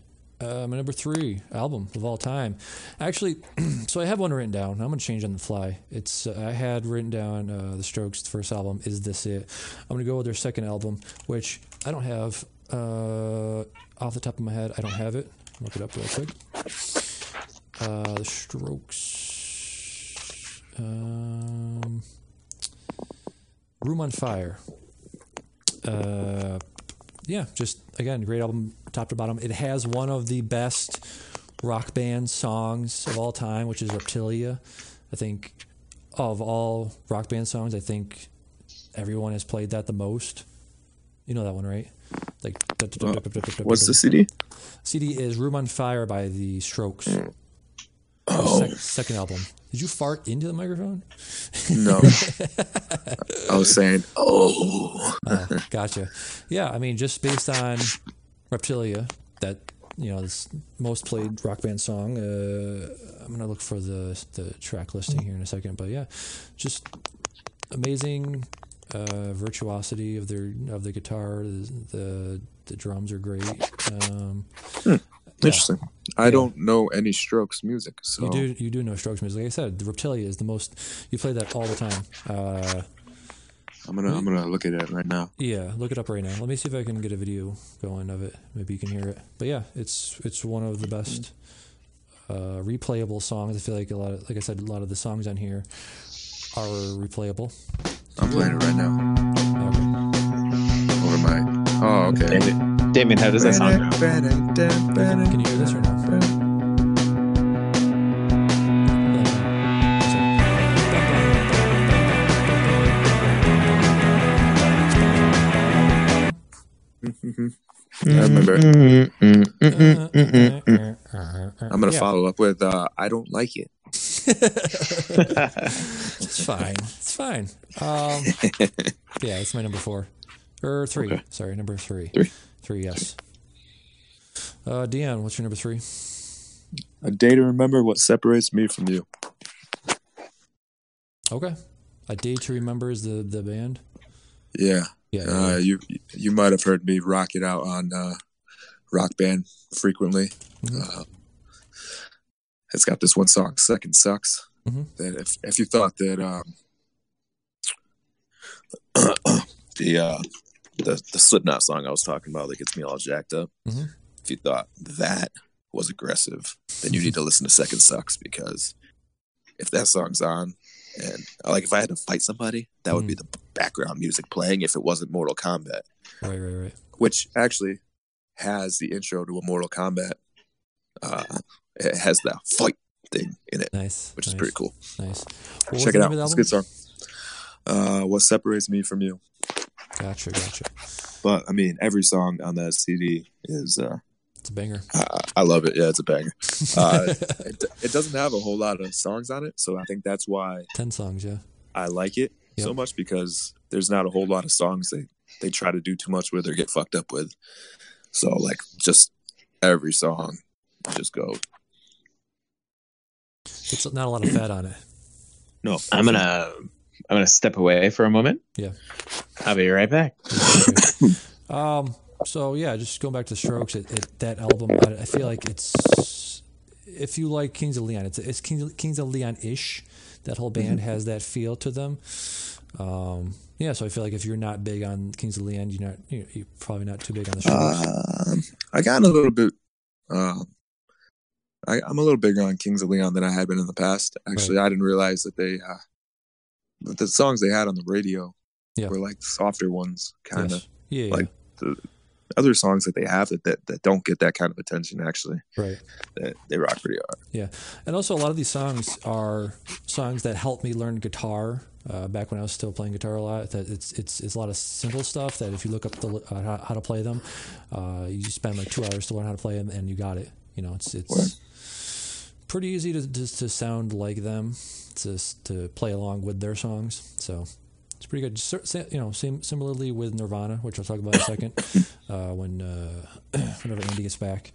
A: Uh, my number three album of all time. Actually, so I have one written down. I'm going to change on the fly. It's uh, I had written down uh, The Strokes' first album, Is This It? I'm going to go with their second album, which I don't have uh, off the top of my head. I don't have it. Look it up real quick. Uh, the Strokes. Um, Room on Fire. uh, yeah, just again, great album, top to bottom. It has one of the best rock band songs of all time, which is Reptilia. I think of all rock band songs, I think everyone has played that the most. You know that one, right? Like
B: What's the CD?
A: CD is "Room on Fire" by the Strokes.
B: Oh.
A: Sec- second album. Did you fart into the microphone?
B: No, I was saying, oh,
A: Oh, gotcha. Yeah, I mean, just based on Reptilia, that you know, this most played rock band song. Uh, I'm gonna look for the the track listing here in a second, but yeah, just amazing uh, virtuosity of their of the guitar. The the, the drums are great. Um,
B: interesting. I don't know any Strokes music, so
A: You do you do know Strokes music? Like I said, the Reptilia is the most. You play that all the time. Uh,
B: I'm gonna I'm gonna look at it right now.
A: Yeah, look it up right now. Let me see if I can get a video going of it. Maybe you can hear it. But yeah, it's it's one of the best uh, replayable songs. I feel like a lot of like I said, a lot of the songs on here are replayable.
B: I'm playing it right now
A: Okay.
B: over my. Oh, okay.
C: Damien, Damien, how does that sound?
A: Can you hear this or not?
B: I remember. I'm gonna
A: Yeah,
B: follow up with uh, I don't like it.
A: It's fine. It's fine. Um, yeah, it's my number four or three. Sorry, number three.
B: Three.
A: Three. Yes. Uh, Dion, what's your number three?
B: A day to remember what separates me from you.
A: Okay. A Day to Remember is the, the band.
B: Yeah,
A: Yeah.
B: uh, you you might have heard me rock it out on uh, Rock Band frequently.
A: Mm-hmm.
B: Uh, it's got this one song, Second Sucks.
A: Mhm.
B: That if if you thought that um, the uh, the the Slipknot song I was talking about that gets me all jacked up,
A: Mhm.
B: if you thought that was aggressive, then you need to listen to Second Sucks because if that song's on. And like, if I had to fight somebody, that would be
A: Mm-hmm.
B: the background music playing if it wasn't Mortal Kombat,
A: right, right, right.
B: which actually has the intro to a Mortal Kombat. Uh, it has that fight thing in it,
A: Nice.
B: which
A: nice,
B: is pretty cool.
A: Nice. What was
B: Check
A: the
B: it
A: name
B: out.
A: of the
B: It's a
A: album?
B: good song. Uh, what separates me from you?
A: Gotcha, gotcha.
B: But I mean, every song on that CD is. Uh,
A: It's a banger.
B: I, I love it. Yeah, it's a banger. Uh, it, it doesn't have a whole lot of songs on it, so I think that's why
A: Ten songs, yeah.
B: I like it so
A: Yep.
B: much because there's not a whole lot of songs they they try to do too much with or get fucked up with. So like just every song just go
A: It's not a lot of fat on it.
B: no.
C: I'm gonna I'm gonna step away for a moment.
A: Yeah.
C: I'll be right back.
A: Um. So yeah, just going back to Strokes, it, it, that album, I, I feel like it's if you like Kings of Leon, it's it's Kings, Kings of Leon ish. That whole
B: Mm-hmm.
A: band has that feel to them. Um. Yeah. So I feel like if you're not big on Kings of Leon, you're not you're, you're probably not too big on the Strokes.
B: Um, I got a little bit. Uh, I, I'm a little bigger on Kings of Leon than I had been in the past. Actually, I didn't realize that they uh, that the songs they had on the radio
A: Yeah.
B: were like softer ones, kind of
A: Yes. Yeah. yeah,
B: like other songs that they have that, that that don't get that kind of attention. Actually,
A: yeah. Right.
B: that they rock pretty hard.
A: Yeah, and also a lot of these songs are songs that helped me learn guitar. Uh, back when I was still playing guitar a lot, that it's it's it's a lot of simple stuff that if you look up the li- uh, how, how to play them, uh, you spend like two hours to learn how to play them, and you got it. You know, it's it's
B: Right.
A: pretty easy to just to sound like them, to s- to play along with their songs. So it's pretty good. Cer- sa- You know, same similarly with Nirvana, which I'll talk about in a second uh, when uh, whenever Andy gets back.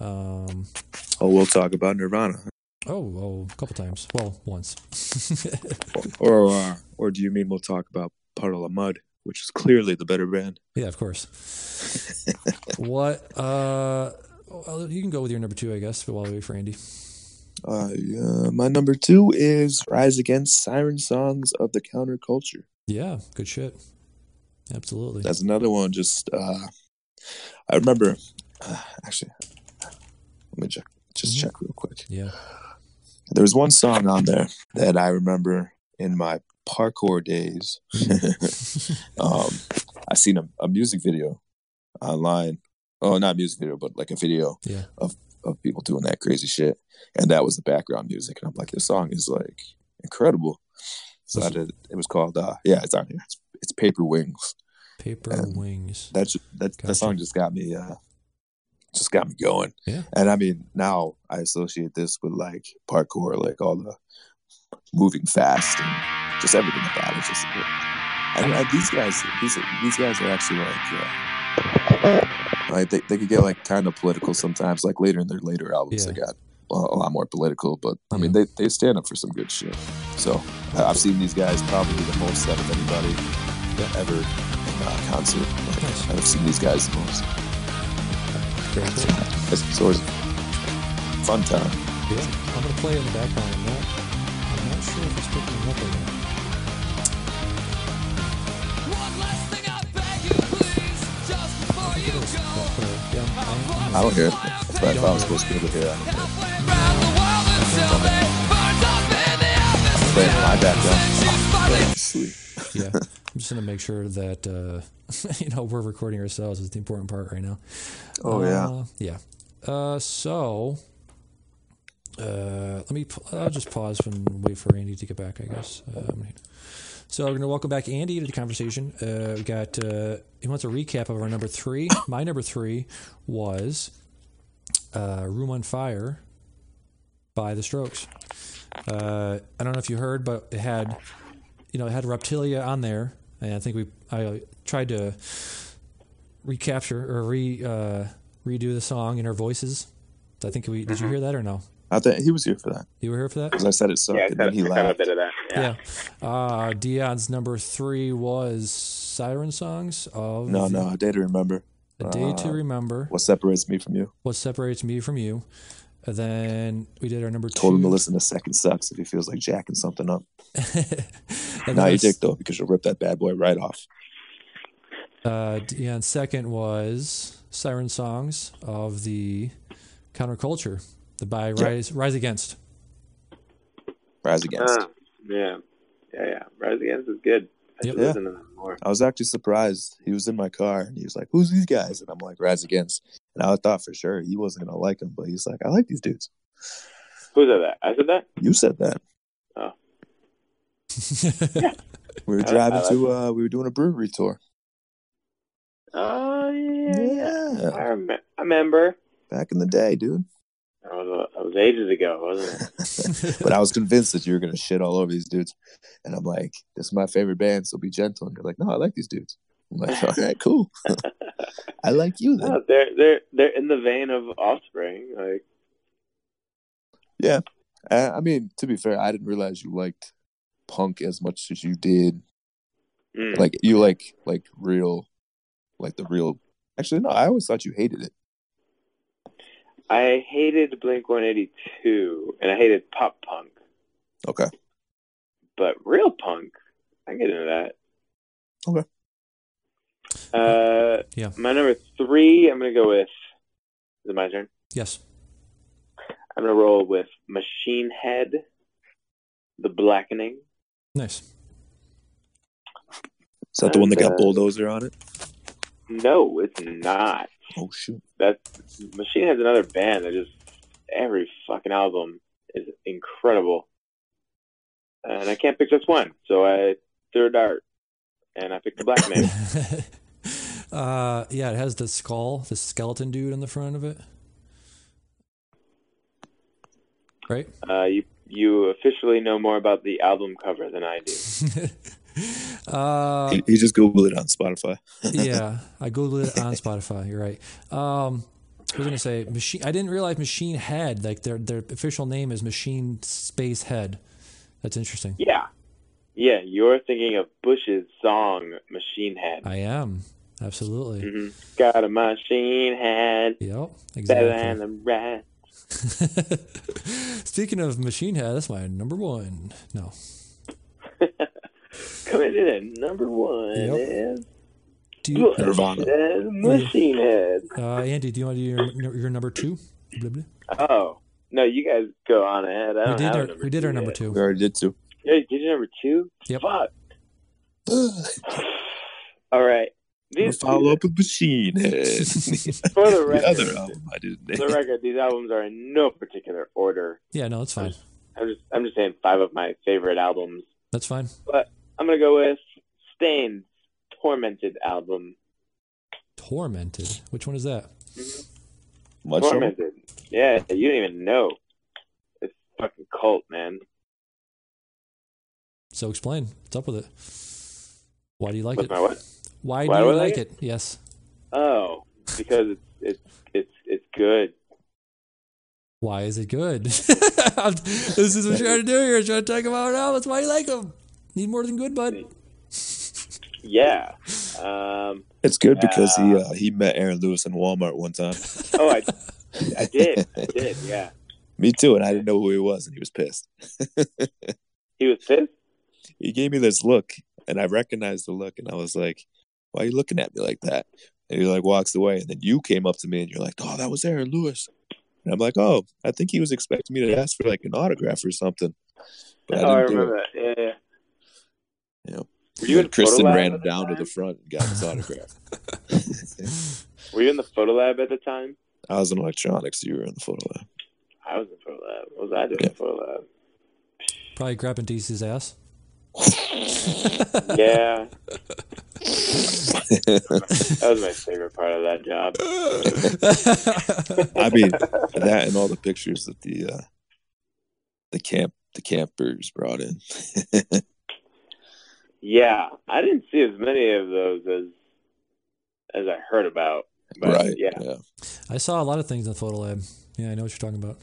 A: Um,
B: Oh, we'll talk about Nirvana.
A: Oh, oh, a couple times. Well, once.
B: Or uh, or do you mean we'll talk about Puddle of Mud, which is clearly the better band?
A: yeah, of course. what? Uh, well, you can go with your number two, I guess, but while we wait for Andy.
B: Uh, yeah, my number two is Rise Against Siren Songs of the Counterculture.
A: Yeah, good shit. Absolutely.
B: That's another one. Just uh, I remember uh, actually. Let me check. Just
A: Mhm.
B: check real quick.
A: yeah.
B: There was one song on there that
A: Mm.
B: I remember in my parkour days. um, I seen a, a music video online. Oh, not music video, but like a video
A: Yeah.
B: of of people doing that crazy shit, and that was the background music. And I'm like, this song is like incredible. So I did. It was called. Uh, yeah, it's on here. It's, it's Paper Wings.
A: Paper
B: Um,
A: wings.
B: That's that.
A: Gotcha.
B: That song just got me. Uh, just got me going.
A: Yeah.
B: And I mean, now I associate this with like parkour, like all the moving fast and just everything about it. Just uh, and, and these guys, these these guys are actually like, yeah, like they they could get like kind of political sometimes. Like later in their later albums,
A: Yeah.
B: they got a, a lot more political. But I mean,
A: Yeah.
B: they they stand up for some good shit. So I- I've seen these guys probably the most out of anybody ever in uh, concert. Like,
A: Nice.
B: I've seen these guys the most.
A: Very cool.
B: It's, it's always a fun time.
A: Yeah, I'm gonna play it in the background. I'm not, I'm not sure if it's picking up or not.
D: One last thing I beg you, please, just before you go.
A: Yeah, I'm-
B: I don't hear it. If I, if I was supposed to be able to hear it, I don't hear it.
D: Halfway around the world until they burn up in the atmosphere.
B: Playing in my background.
D: Since you finally
B: Sweet.
A: yeah. I'm just gonna make sure that uh, you know we're recording ourselves is the important part right now.
B: Oh, yeah.
A: Uh, yeah. Uh, so uh, let me. pa- I'll just pause and wait for Andy to get back. I guess. Um, so we're gonna welcome back Andy to the conversation. Uh, we got. Uh, he wants a recap of our number three. My number three was uh, "Room on Fire" by The Strokes. Uh, I don't know if you heard, but it had you know, it had Reptilia on there, and I think we I tried to recapture or re uh, redo the song in our voices. I think we
B: Mm-hmm.
A: did you hear that or no?
B: I think he was here for that
A: You were here for that?
B: because I said it sucked,
E: Yeah, I
B: and
E: said-
B: then he
E: I said a
B: laughed.
E: bit of that. Yeah.
A: Yeah. Uh, Dion's number three was Siren Songs of
B: No, no, I did remember.
A: A Day to
B: Uh,
A: Remember.
B: What separates me from you?
A: What separates me from you? And then we did our number two.
B: Told him to listen to Second Sucks if he feels like jacking something up.
A: And
B: Now
A: then
B: you
A: our-
B: dick though because you'll rip that bad boy right off.
A: Uh, Dion's second was Siren Songs of the Counterculture, the by Rise Rise Against.
B: Rise against.
E: Ah, yeah. Yeah, yeah. Rise Against is good. I
A: Yep.
E: should
B: Yeah.
E: listen to that more.
B: I was actually surprised. He was in my car and he was like, "Who's these guys?" And I'm like, "Rise against." And I thought for sure he wasn't gonna like them, but he's like, "I like these dudes."
E: Who said that? I said that?
B: You said that. We were
E: I- I
B: driving
E: like
B: to. Uh, we were doing a brewery tour.
A: Uh,
E: Oh, yeah. yeah.
B: Yeah.
E: I, rem- I remember.
B: back in the day, dude.
E: That was, uh, that was ages ago, wasn't it?
B: But I was convinced that you were gonna shit all over these dudes, and I'm like, "This is my favorite band, so be gentle." And you're like, "No, I like these dudes." I'm like, "All right, cool. I like you then."
E: no, they're, they're, they're in the vein of Offspring. Like,
B: I, I mean, to be fair, I didn't realize you liked punk as much as you did.
E: mm.
B: Like you like like real, like the real. Actually, no, I always thought you hated it.
E: I hated Blink 182, and I hated pop punk,
B: Okay,
E: but real punk, I get into that.
B: Okay.
E: Uh,
A: Yeah.
E: My number three, I'm going to go with. Is it my turn?
A: yes.
E: I'm gonna roll with Machine Head, The Blackening.
A: Nice.
B: is that the one that got
E: Uh,
B: bulldozer on it?
E: No, it's not.
B: Oh shoot!
E: That Machine Head's another band that just every fucking album is incredible, and I can't pick just one, so I threw a dart, and I picked The Blackening.
A: uh, yeah, it has the skull, the skeleton dude on the front of it. Right?
E: uh, you you officially know more about the album cover than I do.
A: Uh,
B: he, he just googled it on Spotify.
A: yeah, I googled it on Spotify. You're right. Um, I was gonna say machine. I didn't realize Machine Head. Like their their official name is Machine Space Head. That's interesting.
E: Yeah, yeah, you're thinking of Bush's song Machine Head.
A: I am absolutely.
E: hmm Got a machine head.
A: Yep.
E: Better than
A: Exactly.
E: the rest.
A: Speaking of Machine Head, that's my number one. No.
E: Coming in at number one
A: Yep.
E: is
A: Do you,
E: Bush
B: Nirvana.
E: as Machine Head.
A: uh, Andy? Do you want to do your, your number two? Blah, blah.
E: Oh no, you guys go on ahead. I
A: We
E: don't
A: did
E: have a
A: our
E: number
A: we did our
E: two
A: number
E: yet.
A: two.
B: We already did two.
E: Yeah, did you number two?
A: Yep.
E: Fuck. All right,
B: I'll
E: These,
B: follow up with Machine Head.
E: for the
B: the
E: record,
B: other album I didn't
E: for the
B: name.
E: record, these albums are in no particular order.
A: Yeah, no, that's fine.
E: I'm just, I'm just saying five of my favorite albums.
A: That's fine.
E: I'm gonna go with Stained's Tormented album.
A: Tormented. Which one is that?
B: Much of
E: Tormented. Yeah, you don't even know. It's fucking cult, man.
A: So explain. What's up with it? Why do you like
E: With
A: it?
E: my what?
A: Why do
E: Why
A: you
E: do I like
A: like it? Yes.
E: Oh, because it's it's it's it's good.
A: Why is it good? this is what you're trying to do here. You're trying to talk about now. That's why you like them. Need more than good, bud.
E: Yeah. Um.
B: it's good because he
E: Ah.
B: uh, he met Aaron Lewis in Walmart one time.
E: Oh, I I did. I did. Yeah.
B: Me too, and I didn't know who he was, and he was pissed.
E: He was pissed.
B: He gave me this look, and I recognized the look, and I was like, "Why are you looking at me like that?" And he like walks away, and then you came up to me, and you're like, "Oh, that was Aaron Lewis," and I'm like, "Oh, I think he was expecting me to ask for like an autograph or something." But I
E: oh,
B: didn't do
E: I
B: it.
E: remember that. Yeah, yeah. Were you
B: And
E: in
B: Kristen
E: photo lab
B: ran
E: at the
B: down to the
E: time?
B: front and got his autograph.
E: Were you in the photo lab at the time?
B: I was in electronics. You were in the photo lab.
E: I was in photo lab. What was I doing in photo lab?
A: Probably grabbing DC's ass.
E: Yeah, that was my favorite part of that job.
B: I mean, that and all the pictures that the uh, the camp the campers brought in.
E: Yeah, I didn't see as many of those as as I heard about. But
B: right.
E: Yeah,
A: I saw a lot of things in the photo lab. Yeah, I know what you're talking about.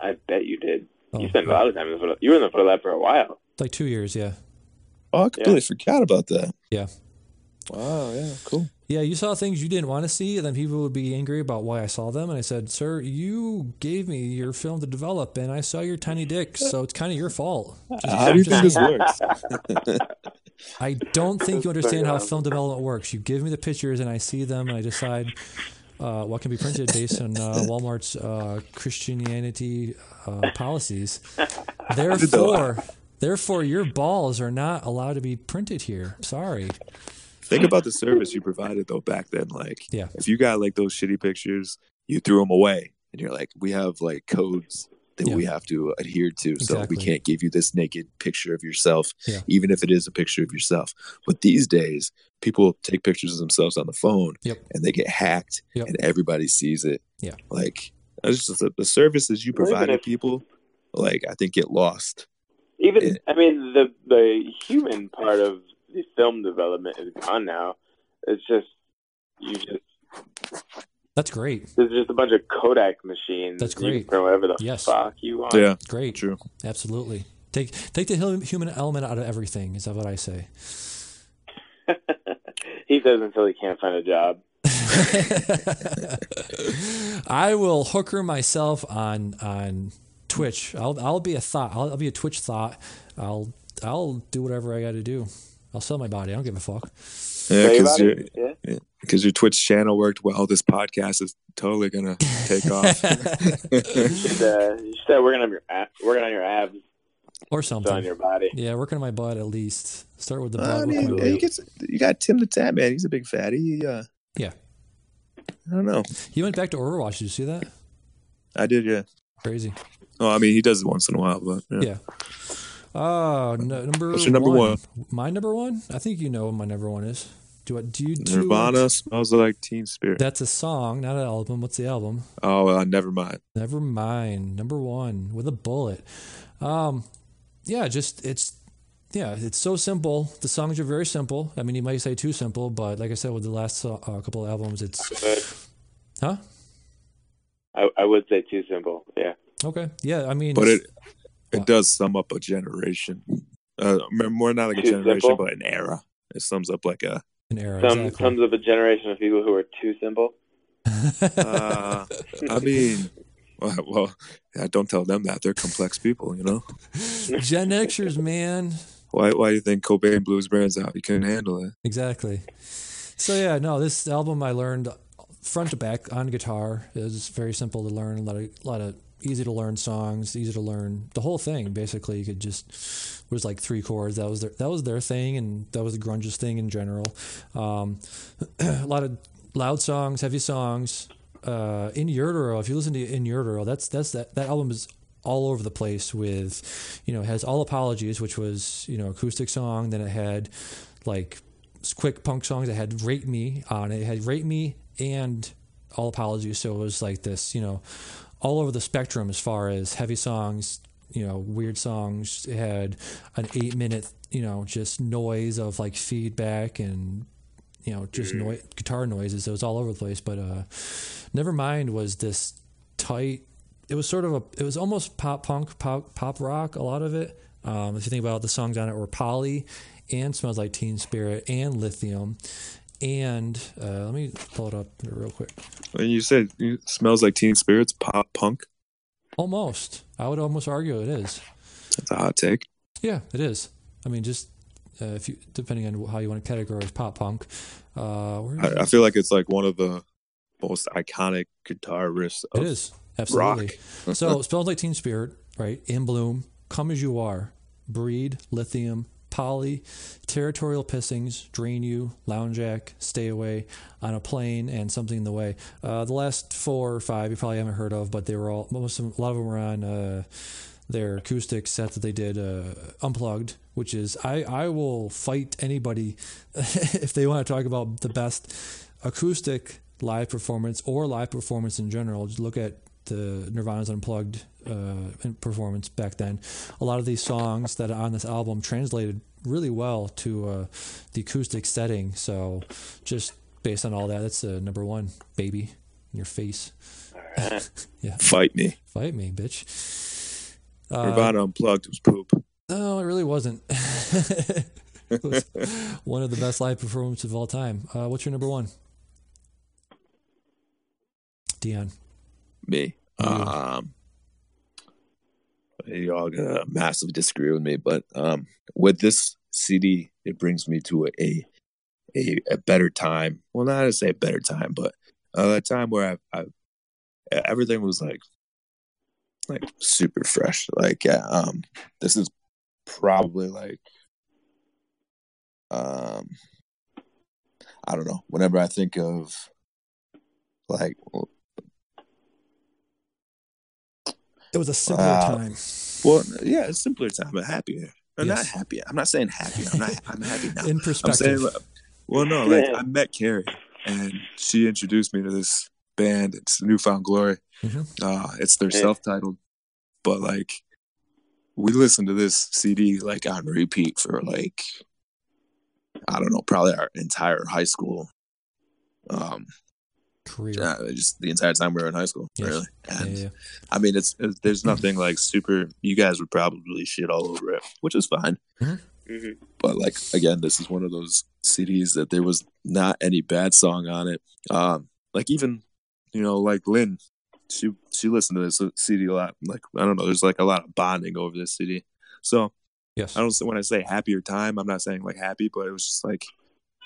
E: I bet you did.
A: Oh,
E: you spent a lot of time in the photo. You were in the photo lab for a while.
A: like two years, yeah.
B: Oh, I completely forgot about that.
A: Yeah.
B: Wow. Yeah. Cool.
A: Yeah, you saw things you didn't want to see, and then people would be angry about why I saw them. And I said, Sir, you gave me your film to develop, and I saw your tiny dick, so it's kind of your fault.
B: How do you think this works?
A: I don't think you
E: That's
A: understand how
E: awesome.
A: film development works. You give me the pictures, and I see them, and I decide uh, what can be printed based on uh, Walmart's uh, Christianity uh, policies. Therefore, therefore, your balls are not allowed to be printed here. Sorry.
B: Think about the service you provided though back then. Like,
A: Yeah.
B: if you got like those shitty pictures, you threw them away, and you're like, we have like codes that
A: Yeah.
B: we have to adhere to, so we
A: Exactly.
B: can't give you this naked picture of yourself,
A: Yeah.
B: even if it is a picture of yourself. But these days, people take pictures of themselves on the phone,
A: Yep.
B: and they get hacked,
A: Yep.
B: and everybody sees it.
A: Yeah.
B: like that's just the, the services you
E: Well, even
B: provide to
E: if-
B: people. Like, I think get lost.
E: Even
B: Yeah.
E: I mean the the human part of the film development is gone now. It's just you just
A: That's great.
E: there's just a bunch of Kodak machines.
A: That's
E: You
A: great.
E: can throw whatever the
A: Yes.
E: fuck you want.
A: Great.
B: true.
A: Absolutely. Take take the hum- human element out of everything. Is that what I say?
E: he does until he can't find a job.
A: I will hooker myself on on Twitch. I'll I'll be a thought. I'll, I'll be a Twitch thought. I'll I'll do whatever I got to do. I'll sell my body. I don't give a fuck.
B: Yeah,
E: Say
B: because
E: about
B: you're,
E: it? Yeah.
B: because your Twitch channel worked well, this podcast is totally gonna take off.
E: You should, uh, you should start working on your ab- working on your abs,
A: or
E: on
A: something.
E: your body.
A: Yeah, working on my butt at least. Start with the butt.
B: I
A: work on my
B: mean,
A: butt.
B: you, get, you got Tim the Tap Man. He's a big fatty. He, uh,
A: Yeah.
B: I don't know.
A: He went back to Overwatch. Did you see that?
B: I did, yeah.
A: Crazy.
B: Oh, I mean, he does it once in a while, but yeah.
A: Yeah. Oh, n- number
B: What's your number
A: one. My number one. I think you know what my number one is. Do I, do you do
B: Nirvana smells like Teen Spirit.
A: That's a song, not an album. What's the album?
B: oh, uh, never mind.
A: Never mind. Number one with a bullet. Um, yeah, just it's yeah, it's so simple. The songs are very simple. I mean, you might say too simple, but like I said, with the last so- uh, couple of albums, it's huh?
E: I, I would say too simple. Yeah.
A: Okay, yeah. I mean,
B: But it it
A: What?
B: does sum up a generation. Uh, m- more not like a
E: Too
B: generation,
E: simple?
B: but an era. It sums up like a.
A: an era.
E: Some
A: exactly.
E: comes of a generation of people who are too simple.
B: Uh, I mean, well, well, yeah, don't tell them that. They're complex people, you know?
A: Gen Xers, man.
B: Why, why do you think Cobain blew his brains out? He couldn't handle it.
A: Exactly. So yeah, no, this album I learned front to back on guitar. It was very simple to learn. A lot of, lot of easy to learn songs, easy to learn the whole thing. Basically, you could just was like three chords. That was their that was their thing, and that was the grunge's thing in general. Um, a lot of loud songs, heavy songs. Uh, in Utero, if you listen to In Utero, that's that's that that album is all over the place with, you know, it has all apologies, which was you know acoustic song. Then it had like quick punk songs. It had Rate Me on it. It had Rate Me and All Apologies. So it was like this, you know, all over the spectrum as far as heavy songs, you know, weird songs. It had an eight minute, you know, just noise of like feedback and, you know, just noi- guitar noises. So it was all over the place. But uh, Nevermind was this tight, it was sort of a, it was almost pop punk, pop, pop rock, a lot of it. Um, if you think about it, the songs on it were Polly and Smells Like Teen Spirit and Lithium. And uh, let me pull it up real quick.
B: And you said it smells like Teen Spirits, pop punk.
A: Almost. I would almost argue it is.
B: That's a hot take.
A: Yeah, it is. I mean, just uh, if you depending on how you want to categorize pop punk. Uh, where is
B: I,
A: it?
B: I feel like it's like one of the most iconic guitar riffs. Of,
A: It is absolutely. so spells like Teen Spirit, right? In Bloom, Come as You Are, Breed, Lithium, Polly, Territorial Pissings, Drain You, Lounge Jack, Stay Away, On a Plane, and Something in the Way. Uh, the last four or five you probably haven't heard of, but they were all most of them, a lot of them were on. Uh, their acoustic set that they did uh, unplugged which is I, I will fight anybody if they want to talk about the best acoustic live performance or live performance in general just look at the nirvana's unplugged uh, performance back then a lot of these songs that are on this album translated really well to uh, the acoustic setting so just based on all that that's uh, number one baby in your face
B: Fight me.
A: fight me bitch Uh,
B: Nirvana Unplugged was poop.
A: No, it really wasn't. it was one of the best live performances of all time. Uh, what's your number one? Dion.
B: Me. Um, you all gonna massively disagree with me, but um, with this CD, it brings me to a a, a better time. Well, not to say a better time, but a time where I, I everything was like like super fresh. Like yeah, um, this is probably like um, I don't know. Whenever I think of like
A: It was a simpler
B: Wow.
A: time.
B: Well, yeah, it's simpler time, but happier. I'm
A: Yes.
B: not happy. I'm not saying happy. I'm not. I'm happy now.
A: In
B: I'm saying, uh,
A: perspective.
B: like- well, no, like I met Carrie, and she introduced me to this band. It's Newfound Glory.
A: Mhm.
B: Uh, it's their
E: Yeah.
B: self-titled, but like we listened to this CD like on repeat for like I don't know, probably our entire high school. Um,
A: Career.
B: yeah, just the entire time we were in high school,
A: Yes.
B: really.
A: Yeah,
B: And
A: yeah, yeah.
B: I mean, it's, it's there's nothing like super. You guys would probably shit all over it, which is fine.
E: hmm
B: But like again, this is one of those CDs that there was not any bad song on it. Um, like even you know, like Lynn, she she listened to this CD a lot. Like I don't know, there's like a lot of bonding over this CD. So
A: Yes.
B: I don't when I say happier time, I'm not saying like happy, but it was just like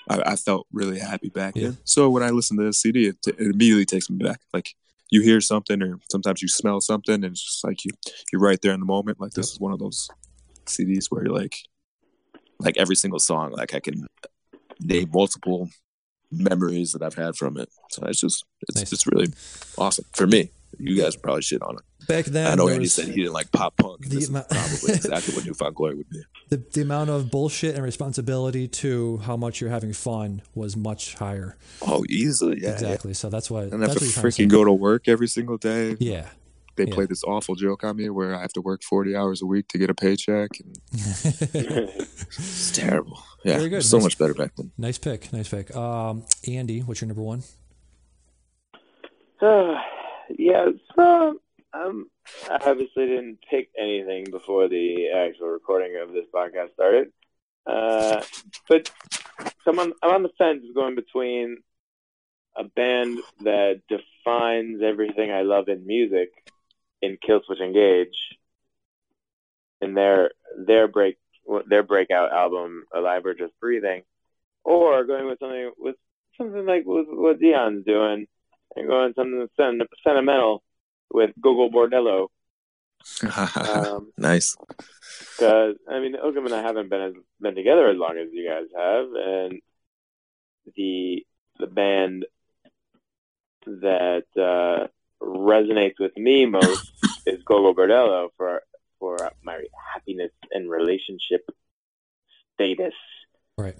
B: I, I felt really happy back
A: Yeah.
B: then. So when I listen to this CD, it, it immediately takes me back. Like you hear something, or sometimes you smell something, and it's just like you you're right there in the moment. Like this is one of those CDs where you're like, like every single song, like I can name multiple memories that I've had from it. So it's just it's
A: Nice.
B: it's really awesome for me. You guys probably shit on it.
A: Back then,
B: I know
A: there
B: Andy
A: was
B: said he didn't like pop punk. and
A: the
B: this is
A: amou-
B: probably exactly what Newfound Glory would be.
A: the, the amount of bullshit and responsibility to how much you're having fun was much higher.
B: Oh, easily, yeah. yeah.
A: exactly. So that's why.
B: And I
A: that's
B: have to
A: what you're trying to say.
B: freaking go to work every single day.
A: Yeah.
B: They
A: yeah.
B: play this awful joke on me where I have to work forty hours a week to get a paycheck. And it's terrible. Yeah,
A: Very good.
B: so
A: That's-
B: much better back then.
A: nice pick. Nice pick. Um, Andy, what's your number one?
E: yeah, so um, I obviously didn't pick anything before the actual recording of this podcast started. Uh, but so I'm on, I'm on the fence going between a band that defines everything I love in music in Killswitch Engage in their their break their breakout album Alive or Just Breathing, or going with something with something like with what Dion's doing and going something sen- sentimental with Gogo Bordello. Um,
B: nice.
E: Because I mean, Oakham and I haven't been as, been together as long as you guys have, and the the band that uh, resonates with me most is Gogo Bordello for for my happiness and relationship status.
A: Right.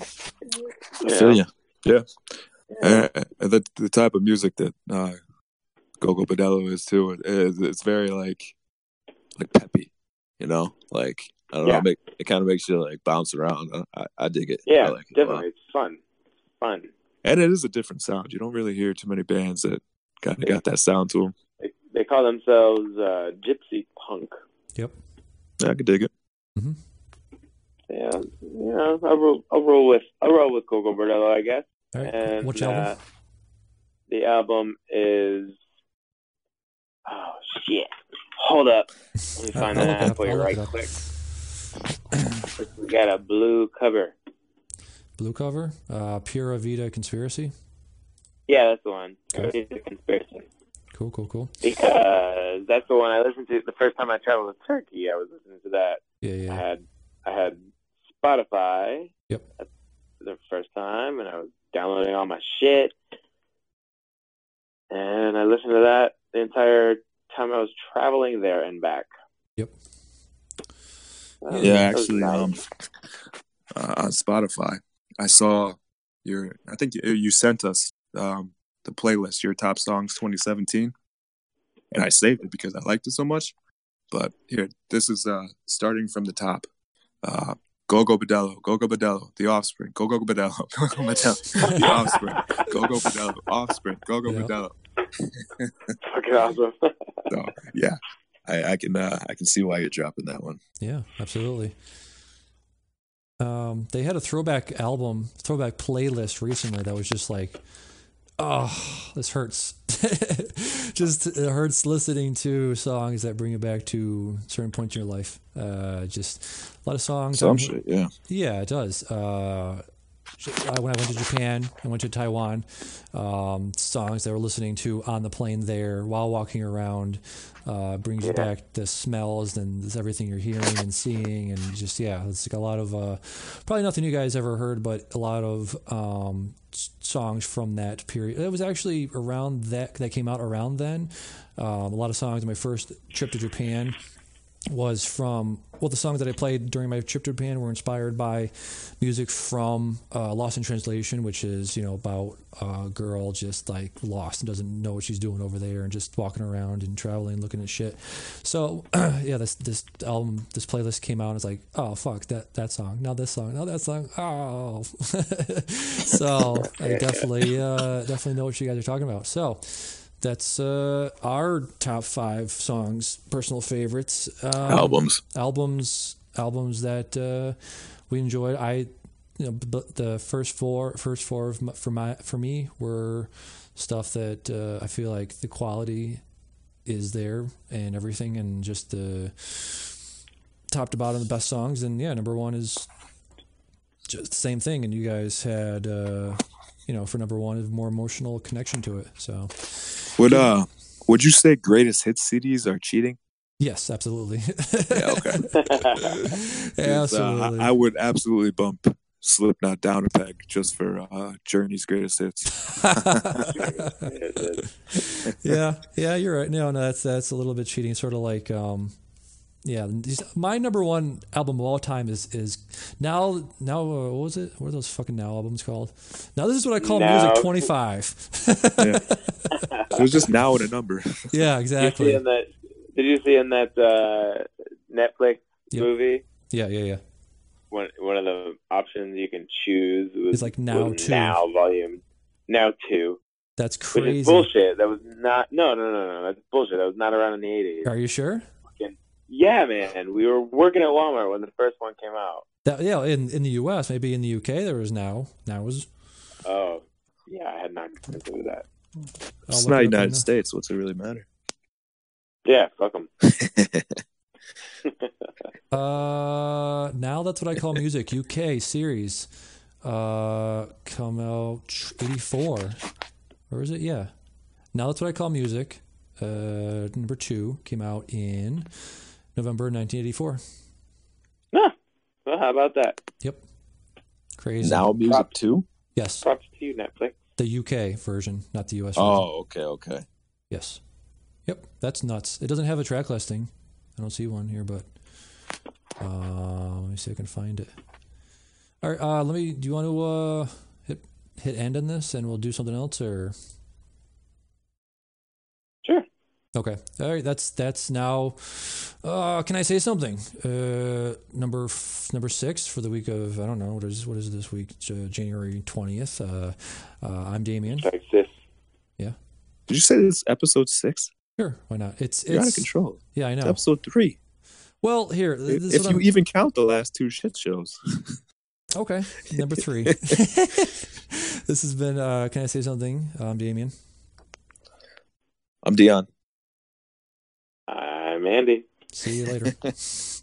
B: I feel
E: know?
B: you. Yeah. Uh, uh, the, the type of music that uh, Gogo Badello is too. It, it's- it's very like like peppy, you know. Like I don't
E: Yeah.
B: know. Make, it kind of makes you like bounce around. I, I dig it. I
E: Yeah,
B: like it a lot.
E: definitely. It's fun. Fun.
B: And it is a different sound. You don't really hear too many bands that kind of got that sound to them.
E: They, they call themselves uh, Gypsy Punk.
B: I could dig it.
E: Yeah, you know, I'll roll, I'll roll with I'll roll with Coco Bordello, I guess.
A: All right.
E: And
A: Which
E: Uh,
A: album?
E: the album is oh shit. Hold up, let me
A: I-
E: find
A: I'll
E: that
A: look it
E: out
A: up,
E: for you
A: I'll look
E: right
A: it up.
E: quick. We got a blue cover.
A: Blue cover. Uh, Pura Vida Conspiracy.
E: Yeah, that's the one.
A: Okay.
E: It's a conspiracy.
A: Cool, cool, cool.
E: Because that's the one I listened to the first time I traveled to Turkey. I was listening to that
A: Yeah, yeah.
E: I had I had Spotify.
A: Yep.
E: at The first time, and I was downloading all my shit, and I listened to that the entire time I was traveling there and back.
A: Yep.
E: That was-
B: Yeah,
E: that was
B: actually,
E: nice.
B: um, uh, on Spotify, I saw your. I think you, you sent us um, the playlist, your top songs 2017, and I saved it because I liked it so much. But here, this is uh, starting from the top. Uh, Go Go Badello, Go Go Badello, The Offspring, Go Go Badello, Go Go Badello, The Offspring, Go Go Badello, Offspring, Go Go
A: Yeah.
B: Badello.
E: fucking awesome.
B: So yeah, I, I can uh, I can see why you're dropping that one.
A: Yeah, absolutely. Um, they had a throwback album, throwback playlist recently that was just like, oh, this hurts. just it hurts listening to songs that bring you back to certain points in your life. Uh, just a lot of songs.
B: Some
A: I'm-
B: shit, yeah.
A: yeah, it does. Uh, I- when I went to Japan, I went to Taiwan. Um, songs that we're listening to on the plane there while walking around uh, brings you back the smells and this- everything you're hearing and seeing, and just yeah, it's like a lot of uh, probably nothing you guys ever heard, but a lot of um, s- songs from that period. It was actually around that that came out around then. Um, a lot of songs. My first trip to Japan was from well the songs that I played during my trip to Japan were inspired by music from uh, Lost in Translation, which is you know about a girl just like lost and doesn't know what she's doing over there and just walking around and traveling, looking at shit. So yeah, this this album this playlist came out and it's like oh fuck that that song now this song now that song oh so I definitely uh, definitely know what you guys are talking about. So that's uh, our top five songs, personal favorites, um,
B: Albums.
A: albums, albums that uh, we enjoyed. I, you know, b- the first four, first four of my, for my for me were stuff that uh, I feel like the quality is there and everything, and just the top to bottom the best songs. And yeah, number one is just the same thing. And you guys had. Uh, you know, for number one, a more emotional connection to it. So,
B: Would uh, would you say greatest hit CDs are cheating?
A: Yes, absolutely.
B: Yeah, okay.
A: Yeah,
B: Is, uh,
A: absolutely.
B: I, I would absolutely bump Slipknot down a peg just for uh, Journey's greatest hits.
A: yeah, yeah, you're right. No, no, that's that's a little bit cheating. Sort of like, um, yeah, these- my number one album of all time is is now now uh, what was it? What are those fucking now albums called? Now this is what I call
E: Now.
A: music twenty five.
B: Yeah. it was just now and a number.
A: yeah,
E: Did you see
A: exactly.
E: in that? Did you see in that uh, Netflix
A: Yep.
E: movie?
A: Yeah, yeah, yeah.
E: One one of the options you can choose was
A: It's like Now
E: was
A: 2.
E: now volume now two,
A: That's
E: which
A: crazy.
E: is bullshit. That was not no no no no that's bullshit. That was not around in the eighties.
A: Are you sure?
E: Yeah, man, we were working at Walmart when the first one came out.
A: That yeah, in in the U.S. maybe in the U.K. there was now now was
E: Oh, yeah, I had not considered that.
A: I'll look
B: it's
A: it
B: not
A: up
B: United
A: right now.
B: States. What's it really matter?
E: Yeah, fuck 'em.
A: Uh, now that's what I call music. UK series, uh, come out eighty four, or is it? Yeah. Now that's what I call music. uh, number two came out in November 1984.
E: Nah. Well, how about that?
A: Yep. Crazy.
B: Now music
E: Props.
B: too.
A: Yes.
E: Props to you, Netflix.
A: The UK version, not the US version.
B: Oh, okay, okay.
A: Yes. Yep. That's nuts. It doesn't have a track listing. I don't see one here, but uh, let me see if I can find it. All right. Uh, let me. Do you want to uh, hit hit end on this, and we'll do something else, or
E: Sure.
A: okay? All right. That's that's now. Uh, can I say something? Uh, number f- number six for the week of I don't know what is what is this week? J- January twentieth. Uh, uh, I'm Damien.
E: Like this.
B: Did you say this is episode six?
A: Sure. Why not? It's
B: You're out of
A: it's
B: control.
A: yeah. I
B: It's
A: know.
B: episode three.
A: Well, here. th- this is
B: if
A: what
B: you
A: I'm-
B: even count the last two shit shows.
A: Okay, number three. this has been. Uh, can I say something, um, Damien?
B: I'm Dion.
E: I'm Andy.
A: See you later.